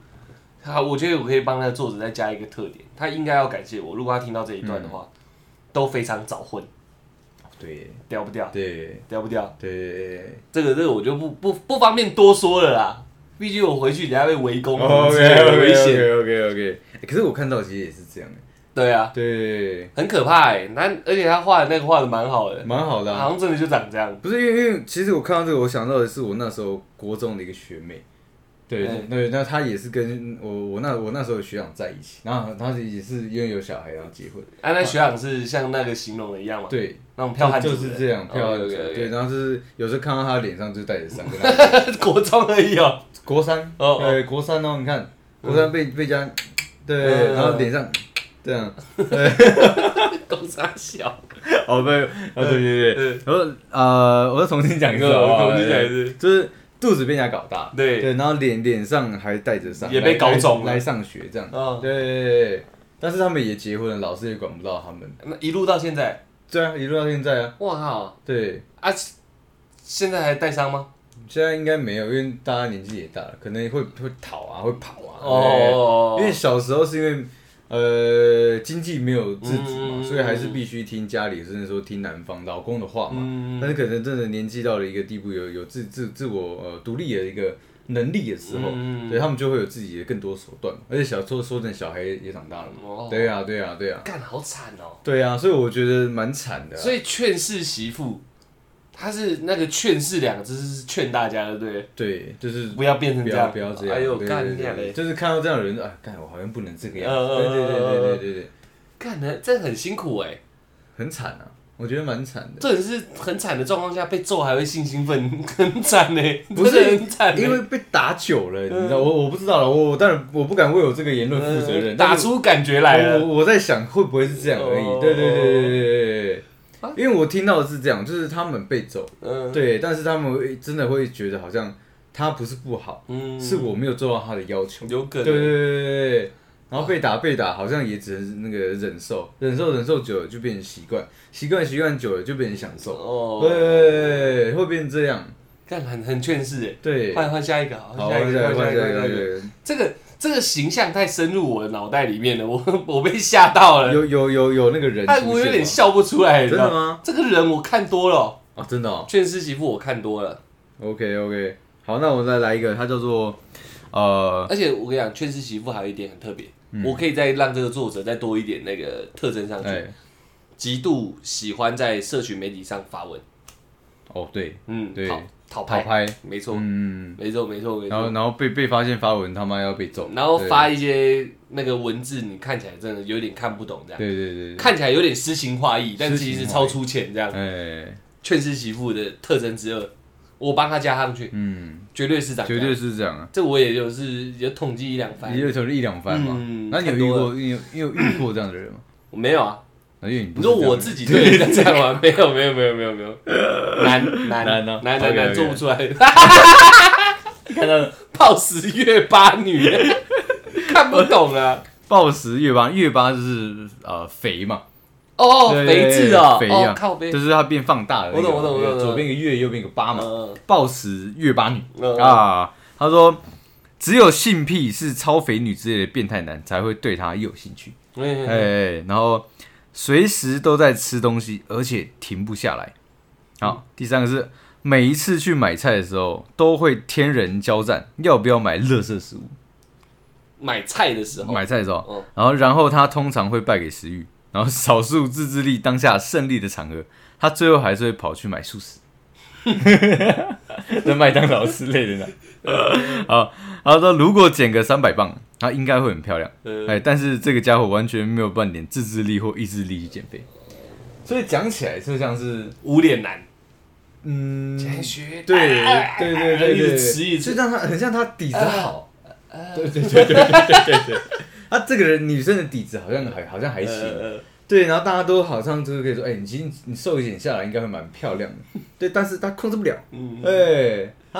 S1: 好，我觉得我可以帮那个作者再加一个特点，他应该要感谢我。如果他听到这一段的话，都非常早婚，
S2: 对
S1: 屌不屌？
S2: 对
S1: 屌不屌？
S2: 对
S1: 这个这个我就不不不方便多说了啦，毕竟我回去等下被围
S2: 哦
S1: 攻，之类的危险。
S2: OK OK，可哎是我看到其实也是这样哎的，
S1: 对啊，
S2: 对，
S1: 很可怕哎、那而且他画的那个画的蛮好的，
S2: 蛮好的啊。
S1: 好像真的就长这样。
S2: 不是因为，因为其实我看到这个，我想到的是我那时候国中的一个学妹，哎对、
S1: 嗯
S2: 对，那她也是跟我我那我那时候的学长在一起，然后她也是因为有小孩然后结婚，
S1: 啊，那学长是像那个形容的一样嘛，
S2: 对，
S1: 那种彪悍
S2: 就
S1: 族
S2: 就是
S1: 人
S2: 这样，
S1: 哦
S2: 漂亮。
S1: OK，OK，OK
S2: 对，然后就是有时候看到他脸上就带着伤。
S1: [laughs]
S2: 跟他
S1: 国中而已哦、 [laughs]
S2: 国三，
S1: 哦哦
S2: 对，国三哦，你看，国三被被家，对，
S1: 嗯
S2: 然后脸上
S1: [laughs]
S2: 这样，
S1: 公差小，
S2: 哦对，啊对对
S1: 对，
S2: 然后呃，我再重新讲一次，
S1: 嗯
S2: 好不好
S1: 我嗯重新讲一次，
S2: 就是肚子被人家搞大，
S1: 对
S2: 对，然后脸脸上还带着伤，
S1: 也被
S2: 来
S1: 搞肿了
S2: 来来上学这样，
S1: 嗯
S2: 对对对对，但是他们也结婚了，老师也管不到他们，
S1: 那一路到现在，
S2: 对啊，一路到现在啊，
S1: 哇靠
S2: 对，
S1: 啊！现在还带伤吗？
S2: 现在应该没有，因为大家年纪也大了，可能会会逃啊，会跑啊。
S1: 哦
S2: 对，因为小时候是因为呃经济没有自主嘛，
S1: 嗯
S2: 所以还是必须听家里，甚至说听男方老公的话嘛。
S1: 嗯
S2: 但是可能真的年纪到了一个地步，有有自自自我呃独立的一个能力的时候，
S1: 嗯
S2: 对他们就会有自己的更多手段嘛。而且小时候说真的，小孩也长大了嘛。
S1: 哦，
S2: 对啊，对啊，对啊，
S1: 干好惨哦。
S2: 对啊，所以我觉得蛮惨的啊、
S1: 所以劝世媳妇，她是那个劝世两个字是劝大家的，对不对，
S2: 对，就是
S1: 不要变成
S2: 不
S1: 这
S2: 要
S1: 样，
S2: 不要这样！
S1: 哎呦，
S2: 对
S1: 干
S2: 对
S1: 你
S2: 对
S1: 俩嘞
S2: 对，就是看到这样的人，哎，干我好像不能这个样
S1: 嗯
S2: 子。
S1: 嗯
S2: 对对对
S1: 嗯嗯
S2: 对对对对，
S1: 干的这很辛苦哎。
S2: 很惨啊！我觉得蛮惨的。
S1: 这也是很惨的状况下被揍还会性兴奋， [laughs] 很惨呢、
S2: 不
S1: 真
S2: 是
S1: 的很惨、欸，嗯
S2: 因为被打久了，你知道，我我不知道了，我我当然我不敢为我这个言论负责任，
S1: 打
S2: 但是
S1: 出感觉来
S2: 我
S1: 了。
S2: 我我在想会不会是这样而
S1: 哦啊
S2: 已。对对对对对对对对，因为我听到的是这样，就是他们被揍，
S1: 嗯，
S2: 对，但是他们会真的会觉得好像他不是不好，
S1: 嗯，
S2: 是我没有做到他的要求。
S1: 有可
S2: 对
S1: 能。
S2: 对对对对，然后被打被打，好像也只能那个忍受，忍受忍受久了就变成习惯，习惯习惯久了就变成享受，对
S1: 哦，
S2: 对对对对，会变成这样，
S1: 看很很劝世
S2: 对
S1: 哎，。换换下一个，好
S2: 好，
S1: 下
S2: 换
S1: 一
S2: 下
S1: 个，
S2: 一个，
S1: 换
S2: 换
S1: 下
S2: 下
S1: 一个，
S2: 一个
S1: 换下
S2: 换下
S1: 一个。
S2: 一个。
S1: 这个这个形象太深入我的脑袋里面了，我 [laughs] 我被吓到了，
S2: 有有有有那个人
S1: 哎，
S2: 出
S1: 我有
S2: 现
S1: 点
S2: 吗
S1: 笑不出来，你知
S2: 真的
S1: 道？
S2: 吗？
S1: 这个人我看多了哦，
S2: 啊，真的哦。
S1: 劝世媳妇我看多了，
S2: OK OK，好，那我再来一个，它叫做呃，
S1: 而且我跟你讲，劝世媳妇还有一点很特别，
S2: 嗯
S1: 我可以再让这个作者再多一点那个特征上去，
S2: 哎，
S1: 极度喜欢在社群媒体上发文，
S2: 哦对，
S1: 嗯，
S2: 对
S1: 讨讨
S2: 跑
S1: 拍，
S2: 拍，
S1: 没错，
S2: 嗯，
S1: 没错，没错，没
S2: 然后
S1: 错。
S2: 然后被被发现发文，他妈要被揍，
S1: 然后
S2: 对
S1: 发一些那个文字，你看起来真的有点看不懂，这样
S2: 对对 [laughs] 对对，
S1: 看起来有点诗情画意，但
S2: 诗
S1: 其
S2: 情
S1: 实
S2: 画意
S1: 超粗浅，这样。
S2: 哎，
S1: 劝世媳妇的特征之二，我帮他加上去，
S2: 嗯，
S1: 绝对是长这
S2: 绝
S1: 样。
S2: 对是这样啊，
S1: 这我也有是有统计一两番
S2: 也，有时候一两番嘛
S1: 嗯。
S2: 那你有
S1: 太
S2: 遇
S1: 多
S2: 过你有你有遇过这样的人吗？
S1: 我没有啊。
S2: 因为你不
S1: 你
S2: 是
S1: 说
S2: 这
S1: 我
S2: 样的人
S1: 自己对人这样吗？没有，没有，没有，没有，没有，难难
S2: [laughs] 难啊
S1: 难
S2: OK，OK
S1: 难难做不出来。看到泡十月八女，看不懂啊。
S2: 暴食月八，月八就是呃肥嘛，
S1: 哦，
S2: 对
S1: 肥字哦，
S2: 肥
S1: 哦
S2: 啊，
S1: 靠背
S2: 就。是它变放大了那个。
S1: 我懂我懂我懂我懂
S2: 左边一个月，右边一个八嘛。
S1: 嗯
S2: 暴食月八女
S1: 嗯
S2: 啊，他说只有性癖是超肥女之类的变态男才会对她有兴趣，哎、
S1: 嗯，
S2: 然后随时都在吃东西，而且停不下来。好，第三个是每一次去买菜的时候都会天人交战，要不要买垃圾食物？
S1: 买菜的时候，
S2: 买菜的时候，
S1: 嗯
S2: 然后然后他通常会败给食欲，然后少数自制力当下胜利的场合，他最后还是会跑去买素食，在麦当劳之类的呢。好，然后说如果减个三百磅，他应该会很漂亮。
S1: 呃，
S2: 哎，但是这个家伙完全没有半点自制力或意志力去减肥，所以讲起来就像是
S1: 无脸男，
S2: 嗯，
S1: 学
S2: 对对对对
S1: 哎一
S2: 对，
S1: 直吃一直
S2: 就让他很像他底子好，
S1: 呃
S2: 对对对对对对对。他这个人女生的底子好像还好像还行，
S1: 呃
S2: 对，然后大家都好像就是可以说，哎、你其实你瘦一点下来应该会蛮漂亮的，对，但是他控制不了，
S1: 嗯
S2: 哎、他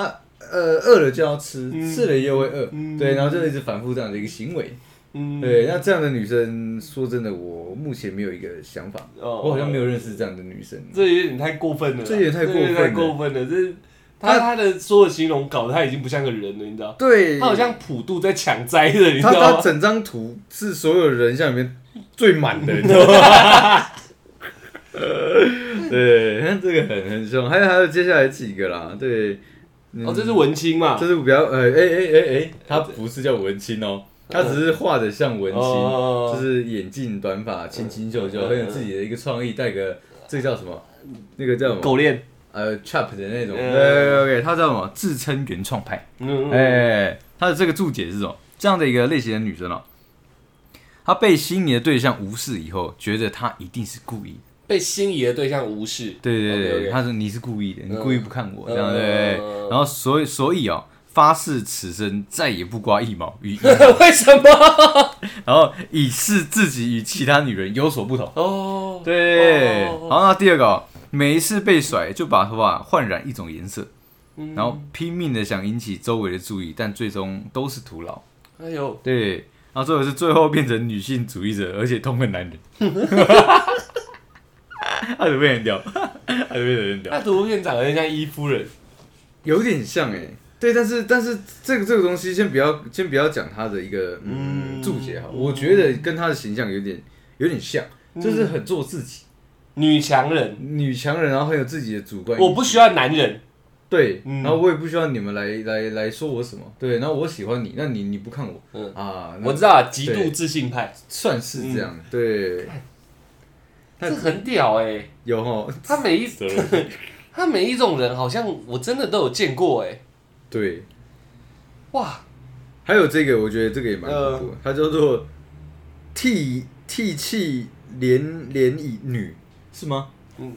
S2: 呃饿了就要吃，
S1: 嗯
S2: 吃了又会饿，
S1: 嗯
S2: 对，然后就一直反复这样的一个行为，
S1: 嗯，
S2: 对，那这样的女生，说真的，我目前没有一个想法，
S1: 哦
S2: 我好像没有认识这样的女生，
S1: 这有点太过分了啦，
S2: 这有点太过分
S1: 这有
S2: 了
S1: 点太过分了，这他他的所有形容搞得他已经不像个人了，你知道？
S2: 对，
S1: 他好像普渡在抢灾的，你知
S2: 嗯他
S1: 道
S2: 他
S1: 吗？哦
S2: 整张图是所有人像里面最满的，你知道吗？
S1: [laughs]
S2: 对，看这个很很凶。还有还有接下来几个啦，对，嗯
S1: 哦，这是文青嘛？
S2: 这是比较呃哎哎哎哎，他不是叫文青哦，他只是画的像文青，
S1: 哦
S2: 就是眼镜、短发、清清秀秀，
S1: 嗯
S2: 很有自己的一个创意，带个这个叫什么？那个叫什么？
S1: 狗链，
S2: 呃，trap 的那种。
S1: 嗯
S2: 对对对，他叫什么？自称原创派。
S1: 嗯，
S2: 哎、他的这个注解是什么？这样的一个类型的女生哦，她被心仪的对象无视以后，觉得她一定是故意的。
S1: 被心仪的对象无视，
S2: 对对对
S1: OK，OK
S2: 她说你是故意的，你故意不看我、
S1: 嗯
S2: 这样对对
S1: 嗯
S2: 对。然后所以所以哦，发誓此生再也不刮一毛与一毛，
S1: [laughs] 为什
S2: [laughs]
S1: 么？
S2: 然后以示自己与其他女人有所不同。
S1: 哦，
S2: 对，
S1: 哦
S2: 然后那第二个、哦，每一次被甩就把头发焕染一种颜色，
S1: 嗯
S2: 然后拼命的想引起周围的注意，但最终都是徒劳。
S1: 哎呦，
S2: 对，然后最后是最后变成女性主义者，而且痛恨男人。 [laughs] 他怎么变很屌？ [laughs] 他怎么变得很
S1: 那
S2: 屌？
S1: 图片长得很像伊夫人，
S2: 有点像哎、对，但是但是这个这个东西先不要先不要讲他的一个
S1: 嗯
S2: 嗯注解哈，我觉得跟他的形象有点有点像，就是很做自己，
S1: 女强人，
S2: 女强人，然后很有自己的主观意识。
S1: 我不需要男人，
S2: 对，
S1: 嗯
S2: 然后我也不需要你们来来来说我什么，对，然后我喜欢你，那你你不看我，嗯
S1: 嗯
S2: 啊，那
S1: 我知道啊极度
S2: 对
S1: 自信派，
S2: 算是这样，对，那
S1: 这很屌哎，
S2: 有 [laughs] 哈，
S1: 他每一他每一种人好像我真的都有见过哎，
S2: 对，
S1: 哇，
S2: 还有这个，我觉得这个也蛮
S1: 呃
S2: 恐怖的，它叫做剃剃气连连蚁女，是吗？
S1: 嗯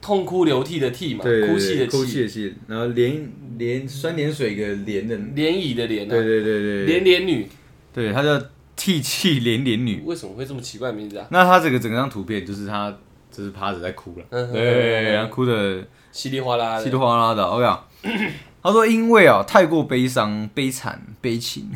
S1: 痛哭流涕的涕嘛，
S2: 对对对
S1: 哭泣的
S2: 哭
S1: 泣，
S2: 泣的泣，然后连连酸碱水个连的，
S1: 涟漪的涟
S2: 对
S1: 啊，
S2: 对对对，
S1: 连连女，
S2: 对，她叫涕泣连连女。
S1: 为什么会这么奇怪的名字啊？
S2: 那她这个整张图片就是她就是趴着在哭了，
S1: 嗯
S2: 对，然后哭的
S1: 稀里哗啦
S2: 稀
S1: 的
S2: 里，哗啦的。
S1: [laughs]
S2: 我讲，他说因为啊、太过悲伤、悲惨、悲情，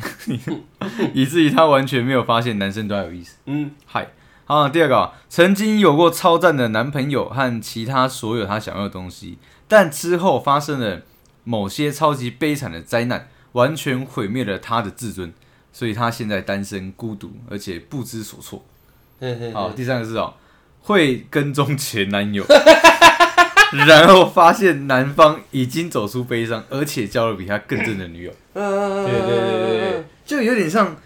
S2: [laughs] 以至于他完全没有发现男生对他有意思。
S1: 嗯，
S2: 嗨，好，第二个啊、曾经有过超赞的男朋友和其他所有他想要的东西，但之后发生了某些超级悲惨的灾难，完全毁灭了他的自尊，所以他现在单身、孤独，而且不知所措。
S1: 嘿嘿
S2: 好，第三个是哦，会跟踪前男友， [laughs] 然后发现男方已经走出悲伤，而且交了比他更正的女友。
S1: 嗯，对
S2: 对，就有点像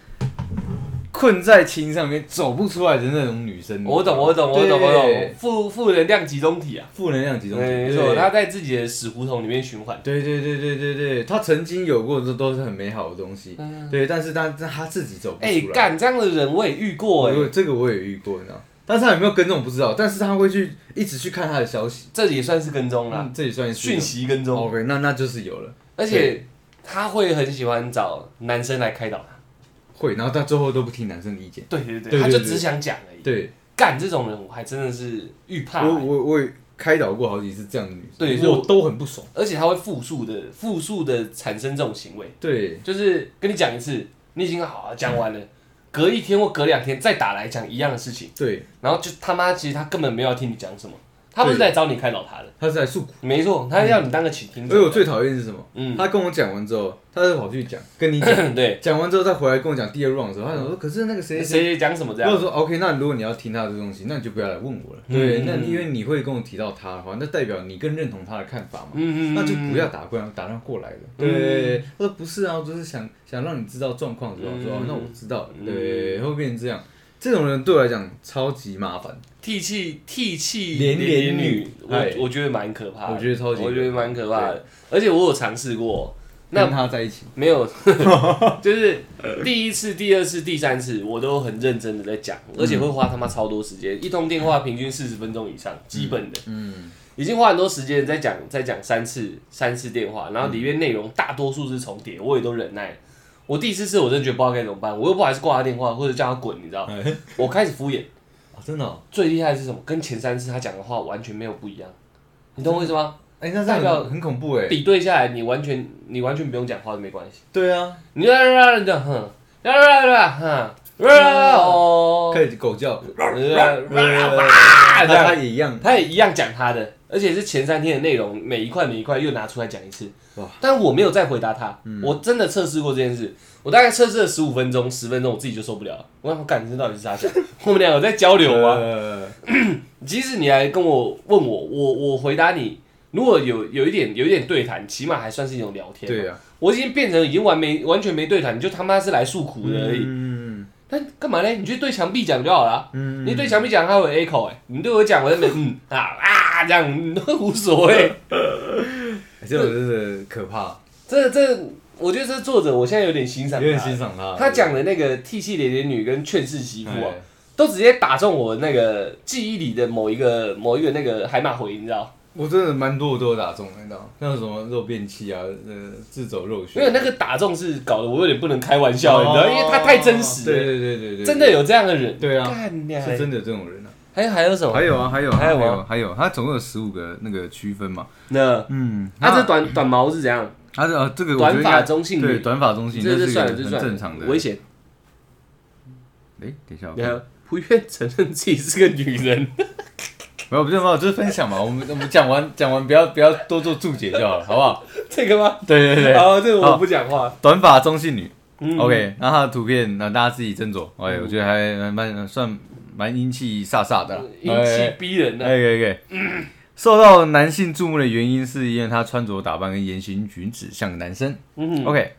S2: 困在情上面走不出来的那种女生。
S1: 嗯我懂，我懂，我懂，我
S2: 对
S1: 懂，，负负能量集中体啊，
S2: 负能量集中体，
S1: 没
S2: 对
S1: 错，他在自己的死胡同里面循环，
S2: 对对对对对对，他曾经有过这都是很美好的东西，对，但是他但他自己走不出来。
S1: 嗯哎，干这样的人我也遇过
S2: 我
S1: 哎，
S2: 有这个我也遇过，你知道，但是他有没有跟踪我不知道，但是他会去一直去看他的消息，
S1: 这也算是跟踪啦，
S2: 嗯，哦这也算是一
S1: 讯
S2: 种
S1: 息跟踪，
S2: OK，那那就是有了，
S1: 而且他会很喜欢找男生来开导他，
S2: 会，然后到最后都不听男生的意见。
S1: 对对对，
S2: 对
S1: 他就
S2: 对
S1: 只想讲而已。
S2: 对，
S1: 干这种人，我还真的是遇怕欸、
S2: 我我我也开导过好几次这样的女生，
S1: 对
S2: 所以我都很不爽。
S1: 而且他会复述的复述的产生这种行为，
S2: 对，
S1: 就是跟你讲一次，你已经好讲完了，隔一天或隔两天再打来讲一样的事情，
S2: 对，
S1: 然后就他妈其实他根本没有要听你讲什么，他不是来找你开导他的，
S2: 他是来诉苦。
S1: 没错，他要你当个倾听
S2: 所以我
S1: 者，
S2: 最讨厌的是什么？
S1: 嗯，
S2: 他跟我讲完之后，他就跑去讲，跟你
S1: [laughs] [clears throat]
S2: 讲，
S1: 对，
S2: 讲完之后再回来跟我讲第二 round 的时候，他想说，可是那个哎谁
S1: 嗯谁
S2: 谁。
S1: 谁讲什么这
S2: 如
S1: 样，
S2: 果说 OK，那如果你要听他的东西，那你就不要来问我了。
S1: 嗯
S2: 对，
S1: 嗯
S2: 那
S1: 嗯
S2: 因为你会跟我提到他的话，那代表你更认同他的看法嘛。
S1: 嗯嗯，嗯
S2: 那就不要打过来，打断过来的。
S1: 嗯
S2: 对，他说不是啊，我只是想想让你知道状况，是吧？
S1: 嗯
S2: 我说哦，那我知道了，
S1: 嗯
S2: 对，会变成这样。这种人对我来讲超级麻烦，
S1: 涕泣涕泣
S2: 连连
S1: 连
S2: 女哎
S1: 我我觉得蛮可怕的，
S2: 我觉得超级
S1: 我觉得蛮可怕的，而且我有尝试过，那
S2: 跟他在一起，
S1: 没
S2: [laughs]
S1: 有，就是第一次、第二次、第三次，我都很认真的在讲，而且会花他妈超多时间，一通电话平均四十分钟以上，基本的，
S2: 嗯，
S1: 已经花很多时间在讲，在讲三次、三次电话，然后里面内容大多数是重叠，我也都忍耐了。我第四次我真的觉得不知道该怎么办，我又不好意思挂他电话或者叫他滚，你知道吗？
S2: 哎
S1: 我开始敷衍。
S2: 哦真的哦，
S1: 最厉害的是什么？跟前三次他讲的话完全没有不一样，你懂我意思吗？
S2: 哎，那
S1: 代
S2: 这
S1: 表
S2: 样很恐怖哎，
S1: 比对下来，你完全你完全不用讲话都没关系。
S2: 对啊，
S1: 你啦啦啦的，哼，啦啦啦啦，哼，啦哦，
S2: 开始狗叫，
S1: 啦啦啦，
S2: 他
S1: 这样
S2: 他也一样，
S1: 他也一样讲他的，而且是前三天的内容，每一块每一块又拿出来讲一次
S2: 哇。嗯
S1: 但我没有再回答他，我真的测试过这件事，我大概测试了十五分钟、十分钟，我自己就受不了了。我想，感这到底是啥想？我们俩有在交流
S2: [laughs]
S1: 吗？
S2: 呃
S1: 即使你来跟我问我，我我回答你，如果有有一点有一点对谈，起码还算是一种聊天。
S2: 对啊，
S1: 我已经变成已经完没完全没对谈，你就他妈是来诉苦的而已。
S2: 嗯
S1: 但干嘛呢？你就对墙壁讲就好了、
S2: 嗯
S1: 你对墙壁讲，它会有 echo 哎、你对我讲，我在那
S2: [laughs]
S1: 边嗯啊啊这样，嗯都无所谓。
S2: 这种真的可怕，
S1: 这这，我觉得这作者我现在有点欣赏
S2: 有
S1: 他。
S2: 点欣赏他，
S1: 他讲的那个涕泣连连女跟劝世媳妇啊，
S2: 哎
S1: 都直接打中我那个记忆里的某一个某一个那个海马回，你知道？
S2: 我真的蛮多我都有打中，你知道吗，像什么肉便器啊，呃，自走肉血，
S1: 没有那个哦打中是搞得我有点不能开玩笑，你知道？因为他太真实
S2: 哦对
S1: 了，
S2: 对对对对，
S1: 真的有这样的人。
S2: 对啊，
S1: 干呀！
S2: 是真的有这种人啊。
S1: 还有还有什么？
S2: 还有啊，还有啊，
S1: 还有啊
S2: 还有，它总共有十五个那个区分嘛。
S1: 那
S2: 嗯，
S1: 他这短短毛是怎样？
S2: 它是啊，这个我觉得
S1: 短
S2: 应该
S1: 发中性
S2: 对
S1: 女，
S2: 短发中性，
S1: 这
S2: 是
S1: 这
S2: 一
S1: 算
S2: 个
S1: 了，这
S2: 很
S1: 算了，
S2: 正常的
S1: 危。险。
S2: 哎，等一下，我
S1: 然后 [laughs] 不愿承认自己是个女人， [laughs]
S2: 没有，不是没有，就是分享嘛。我们我们讲完讲完，不要不要多做注解就好了，好不好？
S1: 这个吗？
S2: 对对对，
S1: 哦，这个我不讲话。
S2: 短发中性女。
S1: 嗯
S2: OK，那她的图片，那大家自己斟酌。哎，我觉得还蛮算蛮英气飒飒的啦，
S1: 阴气
S2: 哎。
S1: 逼人呢。啊
S2: 哎哎哎哎，受到男性注目的原因是因为她穿着打扮跟言行举止像个男生。
S1: 嗯
S2: OK，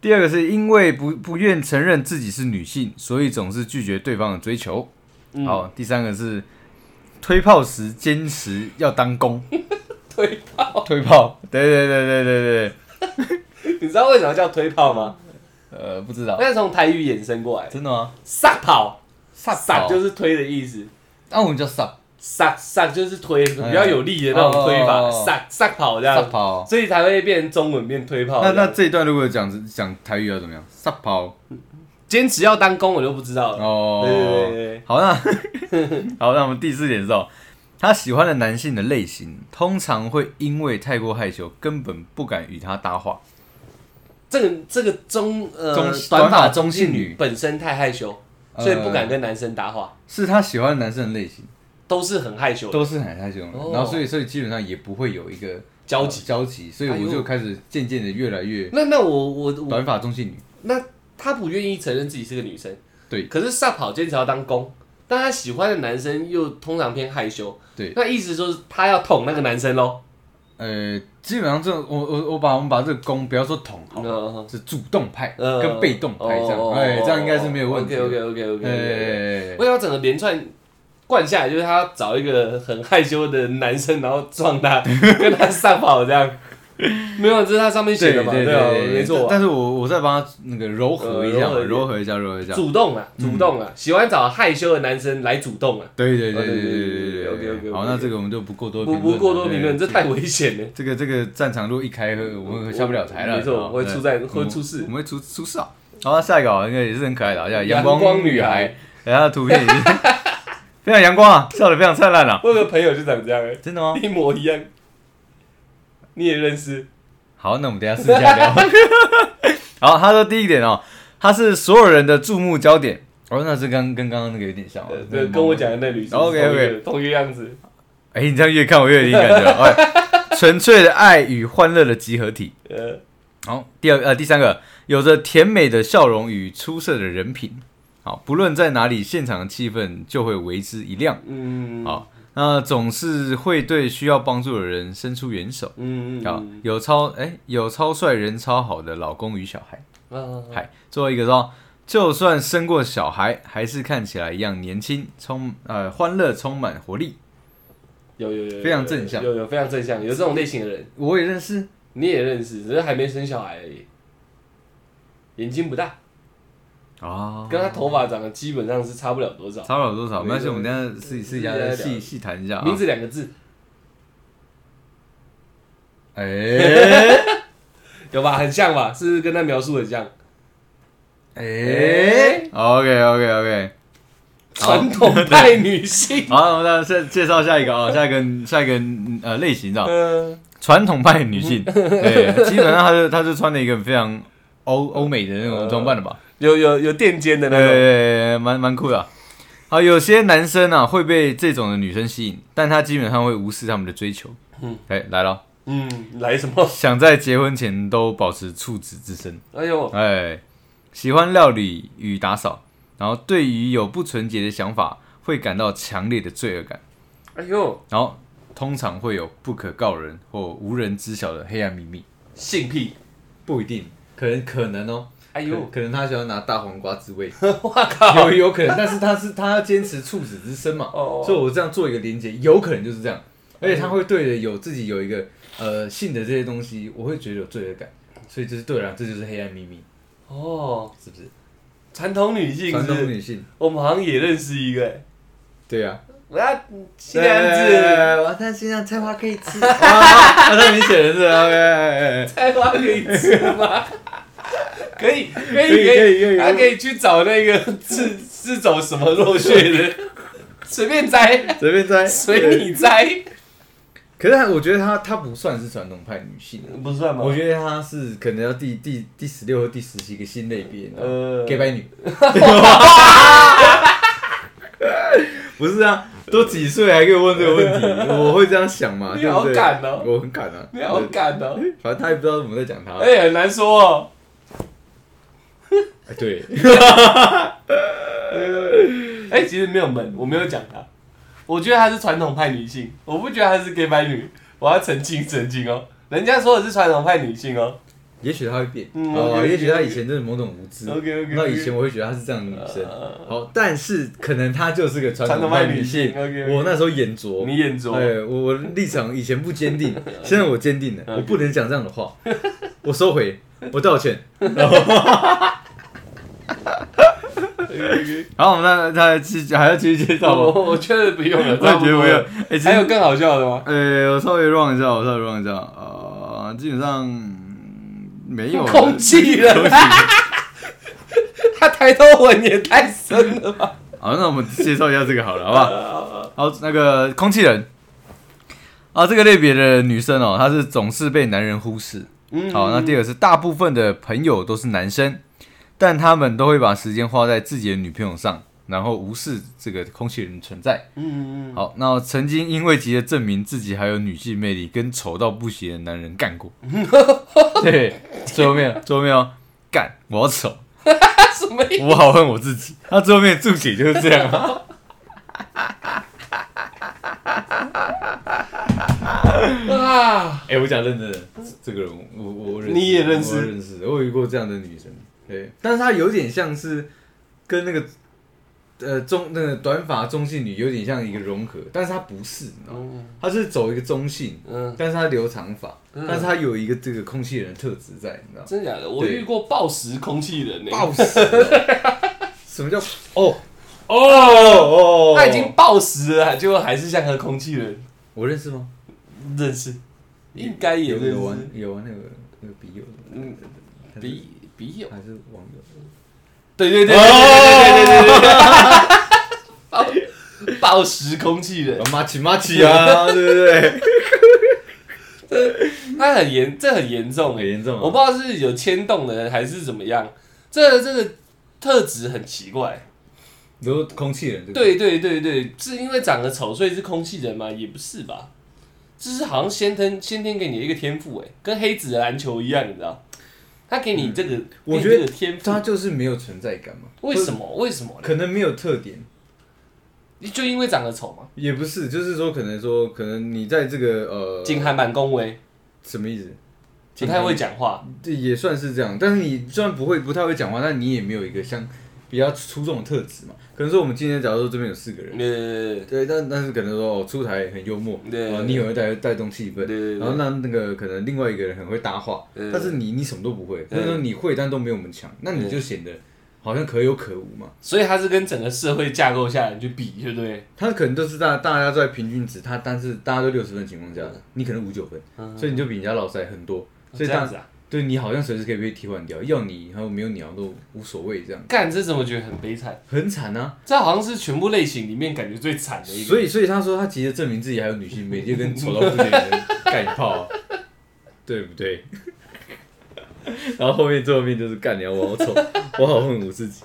S2: 第二个是因为不不愿承认自己是女性，所以总是拒绝对方的追求。
S1: 嗯
S2: 好，第三个是推炮时坚持要当公，
S1: [laughs] 推炮，
S2: [laughs] 推炮，对对对对对对，
S1: 你知道为什么叫推炮吗？
S2: 呃，不知道，
S1: 那是从台语衍生过来，
S2: 真的吗？
S1: 撒跑，
S2: 撒，
S1: 撒就是是推的意思。
S2: 那、我们叫撒
S1: 撒撒就是推比较有力的那种推
S2: 哦
S1: 法，
S2: 哦哦
S1: 撒撒跑这
S2: 撒
S1: 样，
S2: 跑。
S1: 所以才会变成中文变推炮这
S2: 那
S1: 样。
S2: 那这一段如果讲讲台语要怎么样？撒跑
S1: 坚持要当公，我就不知道了。
S2: 哦。
S1: 对对对对
S2: 好，那 [laughs] 好，那我们第四点是哦，他喜欢的男性的类型，通常会因为太过害羞，根本不敢与他搭话。
S1: 这个这个中呃
S2: 中
S1: 短
S2: 短发
S1: 发
S2: 中
S1: 中
S2: 性
S1: 性
S2: 女
S1: 女本身太害羞，
S2: 呃
S1: 所以不敢跟男生搭话，
S2: 是他喜欢的男生的类型，
S1: 都是很害羞的。
S2: 都是很害羞的，
S1: 哦
S2: 然后所以所以基本上也不会有一个
S1: 交集
S2: 呃交集，所以我
S1: 哎
S2: 就
S1: 呦
S2: 开始渐渐的越来越
S1: 那那我我我，
S2: 短发中性女。
S1: 那她不愿意承认自己是个女生，
S2: 对
S1: 可是上跑坚持要当公，但她喜欢的男生又通常偏害羞，
S2: 对，
S1: 那意思就是她要捅那个男生喽。
S2: 呃，基本上这种我我我把我们把这个攻不要说捅好了，
S1: 嗯
S2: 是主动派
S1: 嗯哦
S2: 跟被动派这样，哎，这样应该是没有问题的。
S1: OK OK OK OK。
S2: 哎，
S1: 为什么整个连串灌下来，就是他要找一个很害羞的男生，然后撞他，
S2: [laughs]
S1: 跟他上跑这样。没有，啊这是他上面写的嘛？
S2: 对
S1: 啊，没错啊。
S2: 但是我我再帮他那个柔和一下嘛，
S1: 呃
S2: 柔和一下，柔和一下。
S1: 主动啊，
S2: 嗯
S1: 主动啊，喜欢找害羞的男生来主动啊，
S2: 对对对
S1: 哦对
S2: 对
S1: 对
S2: 对
S1: 对
S2: 对
S1: 对
S2: 对
S1: 对，OK，OK，OK
S2: 好，那这个我们就不过多
S1: 不
S2: 评
S1: 不
S2: 论了
S1: 过多评论，
S2: 对
S1: 这太危险了。
S2: 这个这个战场如果一开，我们下不了台了。
S1: 没错
S2: 好
S1: 会出战
S2: 对嗯
S1: 会出事
S2: 我们会出出事啊。好，那下一个啊，应该也是很可爱的啊，叫阳
S1: 阳光
S2: 光女
S1: 女
S2: 孩
S1: 孩，
S2: 然后图片已经
S1: [laughs]
S2: 非常阳光啊，笑得非常灿烂啊，
S1: 我有个朋友就长这样、欸，
S2: 真的吗？
S1: 一模一样。你也认识？
S2: 好，那我们等一下私
S1: [laughs]
S2: 下聊。好，他说第一点哦，他是所有人的注目焦点。哦，那是刚跟刚刚那个有点像哦
S1: 呃，，
S2: 那个
S1: 对，跟我讲的那女生同一
S2: OK，OK
S1: 个同一个样子。
S2: 哎、你这样越看我越有灵感了。
S1: [laughs]
S2: 哎，纯粹的爱与欢乐的集合体。
S1: 呃，
S2: 好，第二呃第三个，有着甜美的笑容与出色的人品。好，不论在哪里，现场的气氛就会为之一亮。
S1: 嗯，
S2: 好那总是会对需要帮助的人伸出援手。
S1: 嗯，嗯
S2: 好
S1: 嗯，
S2: 有超哎、有超帅人超好的老公与小孩。
S1: 嗯，
S2: 嗨，最后一个说，就算生过小孩，还是看起来一样年轻，充呃欢乐，充满活力。
S1: 有有有有，
S2: 非常正向
S1: 有有非常正向，有这种类型的人
S2: 我也认识，
S1: 你也认识，只是还没生小孩而已。眼睛不大，
S2: 哦，
S1: 跟他头发长得基本上是差不了多少。
S2: 差不了多少，
S1: 没
S2: 没关系，
S1: 错
S2: 我们等一下试试一下，
S1: 私底下
S2: 再
S1: 再
S2: 细
S1: 聊
S2: 细谈一下啊。
S1: 名字两个字，
S2: 哎、
S1: 有吧？很像吧？是不是跟他描述很像？
S2: [laughs] 哎、o k OK OK，好
S1: 传统派女性。
S2: 好，那我们再介绍下一个啊、下一个下一个嗯呃类型啊，
S1: 嗯，
S2: 传统派女 [laughs] 性，对，基本上她就她就穿了一个非常欧欧美的那种装扮的吧，
S1: 有有有垫肩的那种，
S2: 对，蛮蛮酷的啊。好，有些男生啊会被这种的女生吸引，但他基本上会无视他们的追求。嗯
S1: 嗯，
S2: 哎、来了，
S1: 嗯，来什么？
S2: 想在结婚前都保持处子之身。
S1: 哎呦，
S2: 哎，喜欢料理与打扫，然后对于有不纯洁的想法会感到强烈的罪恶感，
S1: 哎呦，
S2: 然后通常会有不可告人或无人知晓的黑暗秘密。
S1: 性癖，
S2: 不一定，可能可能哦。
S1: 哎呦，
S2: 可能他想要拿大黄瓜自慰，
S1: 我靠，
S2: 有有可能，但是他是他要坚持处子之身嘛，
S1: 哦哦
S2: 所以我这样做一个连接，有可能就是这样，而且他会对着有自己有一个呃性的这些东西，我会觉得有罪恶感，所以这是对了，这就是黑暗秘密，
S1: 哦，
S2: 是不是？
S1: 传统女性
S2: 传
S1: 是不
S2: 统
S1: 是，
S2: 女性，
S1: 我们好像也认识一个，哎
S2: 对啊，
S1: 我要新娘子，
S2: 我看新疆菜花可以吃，哇，太明显了是吧？OK，哎哎哎
S1: 菜花可以吃
S2: [laughs]
S1: 吗？可以，可以，
S2: 可以可以可以
S1: 还可以去找那个自自走什么肉穴
S2: [laughs]
S1: 的，随便摘，
S2: 随便摘，
S1: 随
S2: 对。
S1: 你摘，
S2: 可是她我觉得她她不算是传统派女性，
S1: 不算
S2: 我觉得她是可能要第第第十六或第十七个新类别，你知道吗
S1: 呃
S2: gay 白
S1: [laughs]
S2: 女。不是啊，都几岁还可以问这个问题，我会这样想嘛，
S1: 你
S2: 对不
S1: 好
S2: 对？
S1: 敢哦
S2: 我很敢啊，
S1: 你好敢哦、
S2: 对反正他也不知道我们在讲他。
S1: 哎、很难说哦、
S2: 哎对，
S1: 哎、其实没有门，我没有讲她，我觉得她是传统派女性，我不觉得她是 gay 白女，我要澄清澄清哦、人家说的是传统派女性哦、
S2: 也许他会变，
S1: 嗯
S2: 好吧？
S1: OK，OK，
S2: 也许他以前真的某种无知。
S1: OK，OK，OK
S2: 那以前我会觉得她是这样的女生
S1: 呃，
S2: 好，但是可能她就是个传统
S1: 传统派
S2: 派女
S1: 女
S2: 性
S1: 性。，OK，OK
S2: 我那时候眼拙，
S1: 你眼拙， [laughs]
S2: 对，哎我我立场以前不坚 [laughs] 定，现在我坚定了，我不能讲这样的话，我 [laughs] 收回，我道歉。
S1: 对
S2: 然后我们那他继续还要继续介绍吗？
S1: 我我觉得不用了，
S2: 我也觉得不
S1: 没
S2: 用
S1: 有。。
S2: 哎，其
S1: 还有
S2: 实
S1: 更好笑的吗？
S2: 呃，我稍微 run 一下，我稍微 run 一下。呃，基本上嗯没有了
S1: 空气人
S2: 空气人啊
S1: [laughs] 他抬头纹也太深了吧？
S2: 好，那我们介绍一下这个好了，好不好？好，那个空气人啊，这个类别的女生哦，她是总是被男人忽视。
S1: 嗯
S2: 好，那第二个是大部分的朋友都是男生，但他们都会把时间花在自己的女朋友上，然后无视这个空气人的存在。
S1: 嗯嗯
S2: 好，那我曾经因为急着证明自己还有女性魅力，跟丑到不行的男人干过。对，最后面最后面哦，干，我要丑，
S1: 他什么意？
S2: 我好恨我自己。他最后面的注解就是这样啊。
S1: 啊？
S2: 哎、我讲认真的，这个人我我我认识，
S1: 你也认识
S2: 我认识，我遇过这样的女生。对，但是她有点像是跟那个呃中那个短发中性女有点像一个融合，但是她不是，你知道吗？
S1: 嗯
S2: 她是走一个中性，
S1: 嗯，
S2: 但是她留长发，
S1: 嗯
S2: 但是她有一个这个空气人的特质在，你知道吗？
S1: 真假的？我
S2: 对
S1: 遇过暴食空气人呢。
S2: 暴死了！ [laughs] 什么叫哦
S1: 哦，
S2: 哦
S1: 他已经暴食了，结果还是像个空气人，
S2: 我认识吗？
S1: 认识，应该也
S2: 有
S1: 认
S2: 有玩
S1: 识。
S2: 有玩那个那个笔友，
S1: 嗯，
S2: 还是
S1: 笔笔友，
S2: 还是网友，
S1: 对对对对对对对对对对， [laughs] 暴暴食空气人。
S2: 马奇马奇啊，对不对？
S1: 那很严，这很严重哎、
S2: 很严重啊
S1: 我不知道是有牵动的人还是怎么样，这这个特质很奇怪。
S2: 你说空气人对不
S1: 对
S2: 对？
S1: 对对对，是因为长得丑所以是空气人吗？也不是吧，这是好像先天先天给你的一个天赋哎、跟黑子的篮球一样，你知道？他给你这个，
S2: 嗯我
S1: 给你
S2: 觉得
S1: 这个天赋
S2: 他，就是没有存在感嘛？
S1: 为什么？为什么
S2: 或者？可能没有特点，
S1: 就因为长得丑吗？
S2: 也不是，就是说可能说可能你在这个呃，
S1: 景涵蛮恭维，
S2: 什么意思？
S1: 不太会讲话，
S2: 对，也算是这样。但是你虽然不会不太会讲话，但你也没有一个像比较出众的特质嘛。可能说我们今天假如说这边有四个人，
S1: 呃，
S2: 对，但但是可能说哦，出台很幽默，
S1: 对
S2: 然后你也会带带动气氛，
S1: 对对对
S2: 然后那那个可能另外一个人很会搭话，
S1: 对
S2: 但是你你什么都不会，
S1: 对
S2: 或者说你会但都没有我们强，那你就显得好像可有可无嘛。
S1: 所以他是跟整个社会架构下来去比，对不对？
S2: 他可能都是大大家都在平均值，他但是大家都六十分的情况下，你可能五九分，所以你就比人家老塞很多，所
S1: 嗯这
S2: 以大
S1: 样
S2: 家
S1: 子啊，
S2: 对你好像随时可以被替换掉，要你还有没有你好像都无所谓这样，
S1: 干这怎么觉得很悲惨？
S2: 很惨
S1: [laughs]
S2: 啊。
S1: 这好像是全部类型里面感觉最惨的一个。
S2: 所以所以他说他急着证明自己还有女性魅力，就跟丑到不行的 [laughs] 人干一炮啊、对不对？然后后面最后面就是干你啊，我好丑，我好恨我自己。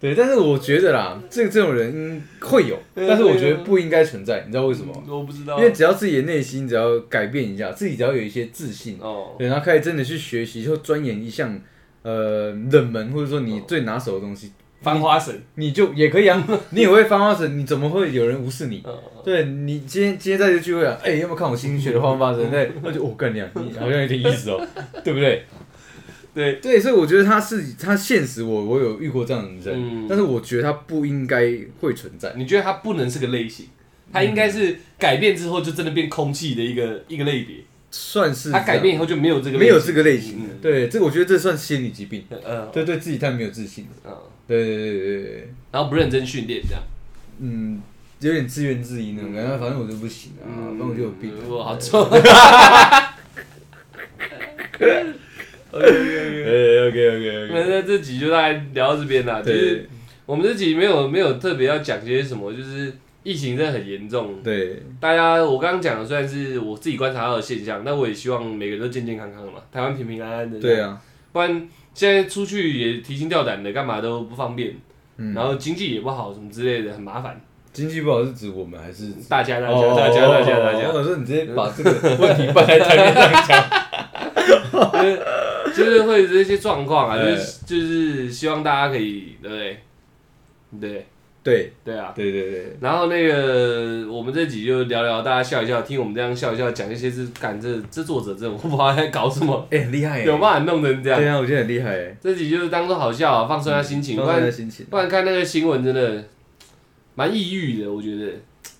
S2: 对，但是我觉得啦，这这种人、嗯会有，
S1: 对啊
S2: 但是我觉得不应该存在，你知道为什么吗？
S1: 我不知道，
S2: 因为只要自己的内心只要改变一下，自己只要有一些自信，
S1: 哦，
S2: 对，然后开始真的去学习，或钻研一项呃冷门或者说你最拿手的东西，
S1: 翻花神，
S2: 你就也可以啊， [laughs] 你也会翻花绳，你怎么会有人无视你？
S1: 哦
S2: 对你今天今天在这聚会啊，哎、要不要看我新学的花花绳？ [laughs] 对，那就我干你啊，你好像有点意思 [laughs] 哦，对不对？
S1: 对，
S2: 对，所以我觉得他是他现实我我有遇过这样的人，
S1: 嗯
S2: 但是我觉得他不应该会存在。
S1: 你觉得他不能是个类型？他应该是改变之后就真的变空气的一个一个类别，
S2: 算是
S1: 他改
S2: 这
S1: 变以
S2: 样
S1: 后就没有这个
S2: 没有这个类型的，
S1: 嗯
S2: 对，这我觉得这算心理疾病，
S1: 呃
S2: 对对自己太没有自信了，
S1: 嗯，
S2: 对对对对对对，
S1: 然后不认真训练这样，
S2: 嗯，有点自怨自艾那种感觉，反正我就不行啊，反正我就有病，
S1: 嗯我好
S2: [laughs]
S1: 臭，
S2: 对，OK OK
S1: 那那这集就大概聊到这边啦，就是
S2: 对
S1: 我们这集没有没有特别要讲些什么，就是疫情真的很严重，
S2: 对，
S1: 大家，我刚刚讲的虽然是我自己观察到的现象，但我也希望每个人都健健康康嘛，台湾平平安安的。
S2: 对，啊，
S1: 不然现在出去也提心吊胆的，干嘛都不方便，
S2: 嗯
S1: 然后经济也不好，什么之类的，很麻烦。
S2: 经济不好是指我们还是指？
S1: 大家，大家，
S2: 哦
S1: 大家，大家，大
S2: 我
S1: 家
S2: 想说你直接把这个
S1: [laughs]
S2: 问题放在台面上讲，，
S1: 就是就是会有这些状况啊，就
S2: 哦对
S1: 是就是希望大家可以，对不对？对
S2: [laughs] 对
S1: 对啊。
S2: 对
S1: [laughs]
S2: 对对，
S1: 然后那个，我们这集就聊聊，大家笑一笑，听我们这样笑一笑，讲一些是，感这这作者这我不知道他在搞什么，
S2: 哎，很厉害耶，
S1: 有办法弄成这样
S2: 对。啊，我觉得很厉害耶，
S1: 这集就是当做好笑、啊，放松一下心情，
S2: 放
S1: 不
S2: 松一
S1: 然
S2: 下心情，
S1: 不然看那个新闻真的蛮抑郁的，我觉得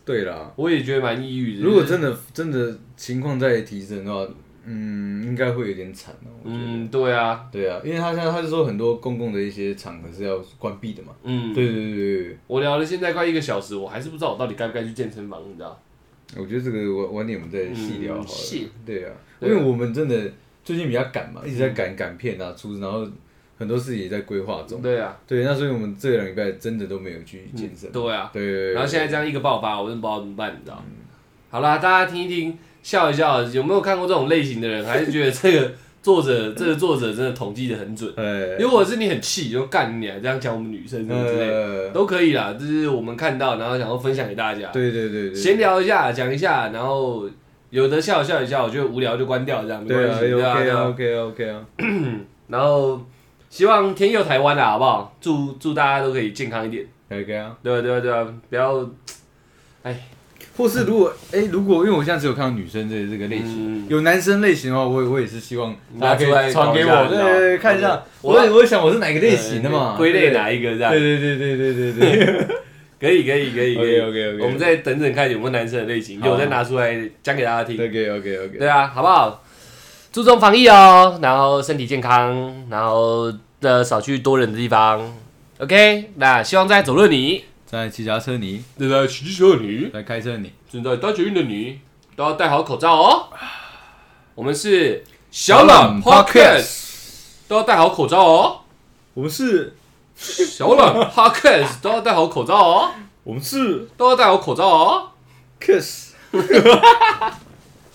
S2: 对啦，
S1: 我也觉得蛮抑郁的。
S2: 如果
S1: 就是
S2: 真的真的情况在提升的话，嗯，应该会有点惨哦、我觉得。
S1: 嗯，对啊，
S2: 对啊，因为他现在他就说很多公共的一些场合是要关闭的嘛。
S1: 嗯，
S2: 对对对对
S1: 我聊了现在快一个小时，我还是不知道我到底该不该去健身房，你知道？
S2: 对，我觉得这个晚晚点我们再细聊
S1: 嗯
S2: 好了。
S1: 是
S2: 对啊，因
S1: 对啊嗯
S2: 为我们真的最近比较赶嘛，一直在赶赶片啊、出，然后很多事情也在规划中。
S1: 对啊，
S2: 对，那所以我们这两个礼拜真的都没有去健身。
S1: 对啊。
S2: 对对对。嗯
S1: 然后现在这样一个爆发，我真的不知道怎么办，你知道？好啦，大家听一听，笑一笑，有没有看过这种类型的人？还是觉得这个作者，这个作者真的统计的很准。
S2: 呃
S1: 如果是你很气，就干你啊，这样讲我们女生什么之类的，
S2: 呃，
S1: 都可以啦。就是我们看到，然后想要分享给大家，
S2: 对对对对。
S1: 闲聊一下，讲一下，然后有的笑笑一笑，我觉得无聊就关掉，这样没
S2: 对
S1: 关
S2: 啊
S1: 系，对啊
S2: ，OK
S1: 对
S2: 啊
S1: 啊。
S2: ，OK 啊，OK 啊，
S1: 然后希望天佑台湾啦，好不好？祝祝大家都可以健康一点，
S2: ，OK 啊。
S1: 对啊对啊对啊，不要
S2: 或是如果哎，如果因为我现在只有看到女生这这个类型。
S1: 嗯，
S2: 有男生类型的话，我也我也是希望
S1: 拿
S2: 大家
S1: 出
S2: 可
S1: 来
S2: 以传给
S1: 搞一
S2: 我，
S1: 下
S2: 对对对，看一下。
S1: 我
S2: 我也我也想我是哪个类型的嘛，
S1: 呃归类哪一个这样
S2: 对？对对对对对对。
S1: 可以可以可以可 [laughs] 以
S2: OK，OK，OK
S1: 我们再等等看有没有男生的类型，
S2: 好
S1: 有再拿出来讲给大家听。
S2: OK OK OK。
S1: 对啊，好不好？注重防疫哦，然后身体健康，然后呃少去多人的地方。OK，那希望在走路的你，
S2: 在骑脚踏车你，
S1: 正在骑车的你，
S2: 在开车的你，
S1: 正在搭捷运的你，都要戴好口罩哦。我们是小懒
S2: 懒
S1: Podcast。都要戴好口罩哦。
S2: 我们是，
S1: 小懒 podcast 都要戴好口罩哦，
S2: 我们是
S1: 都要戴好口罩哦。
S2: Kiss。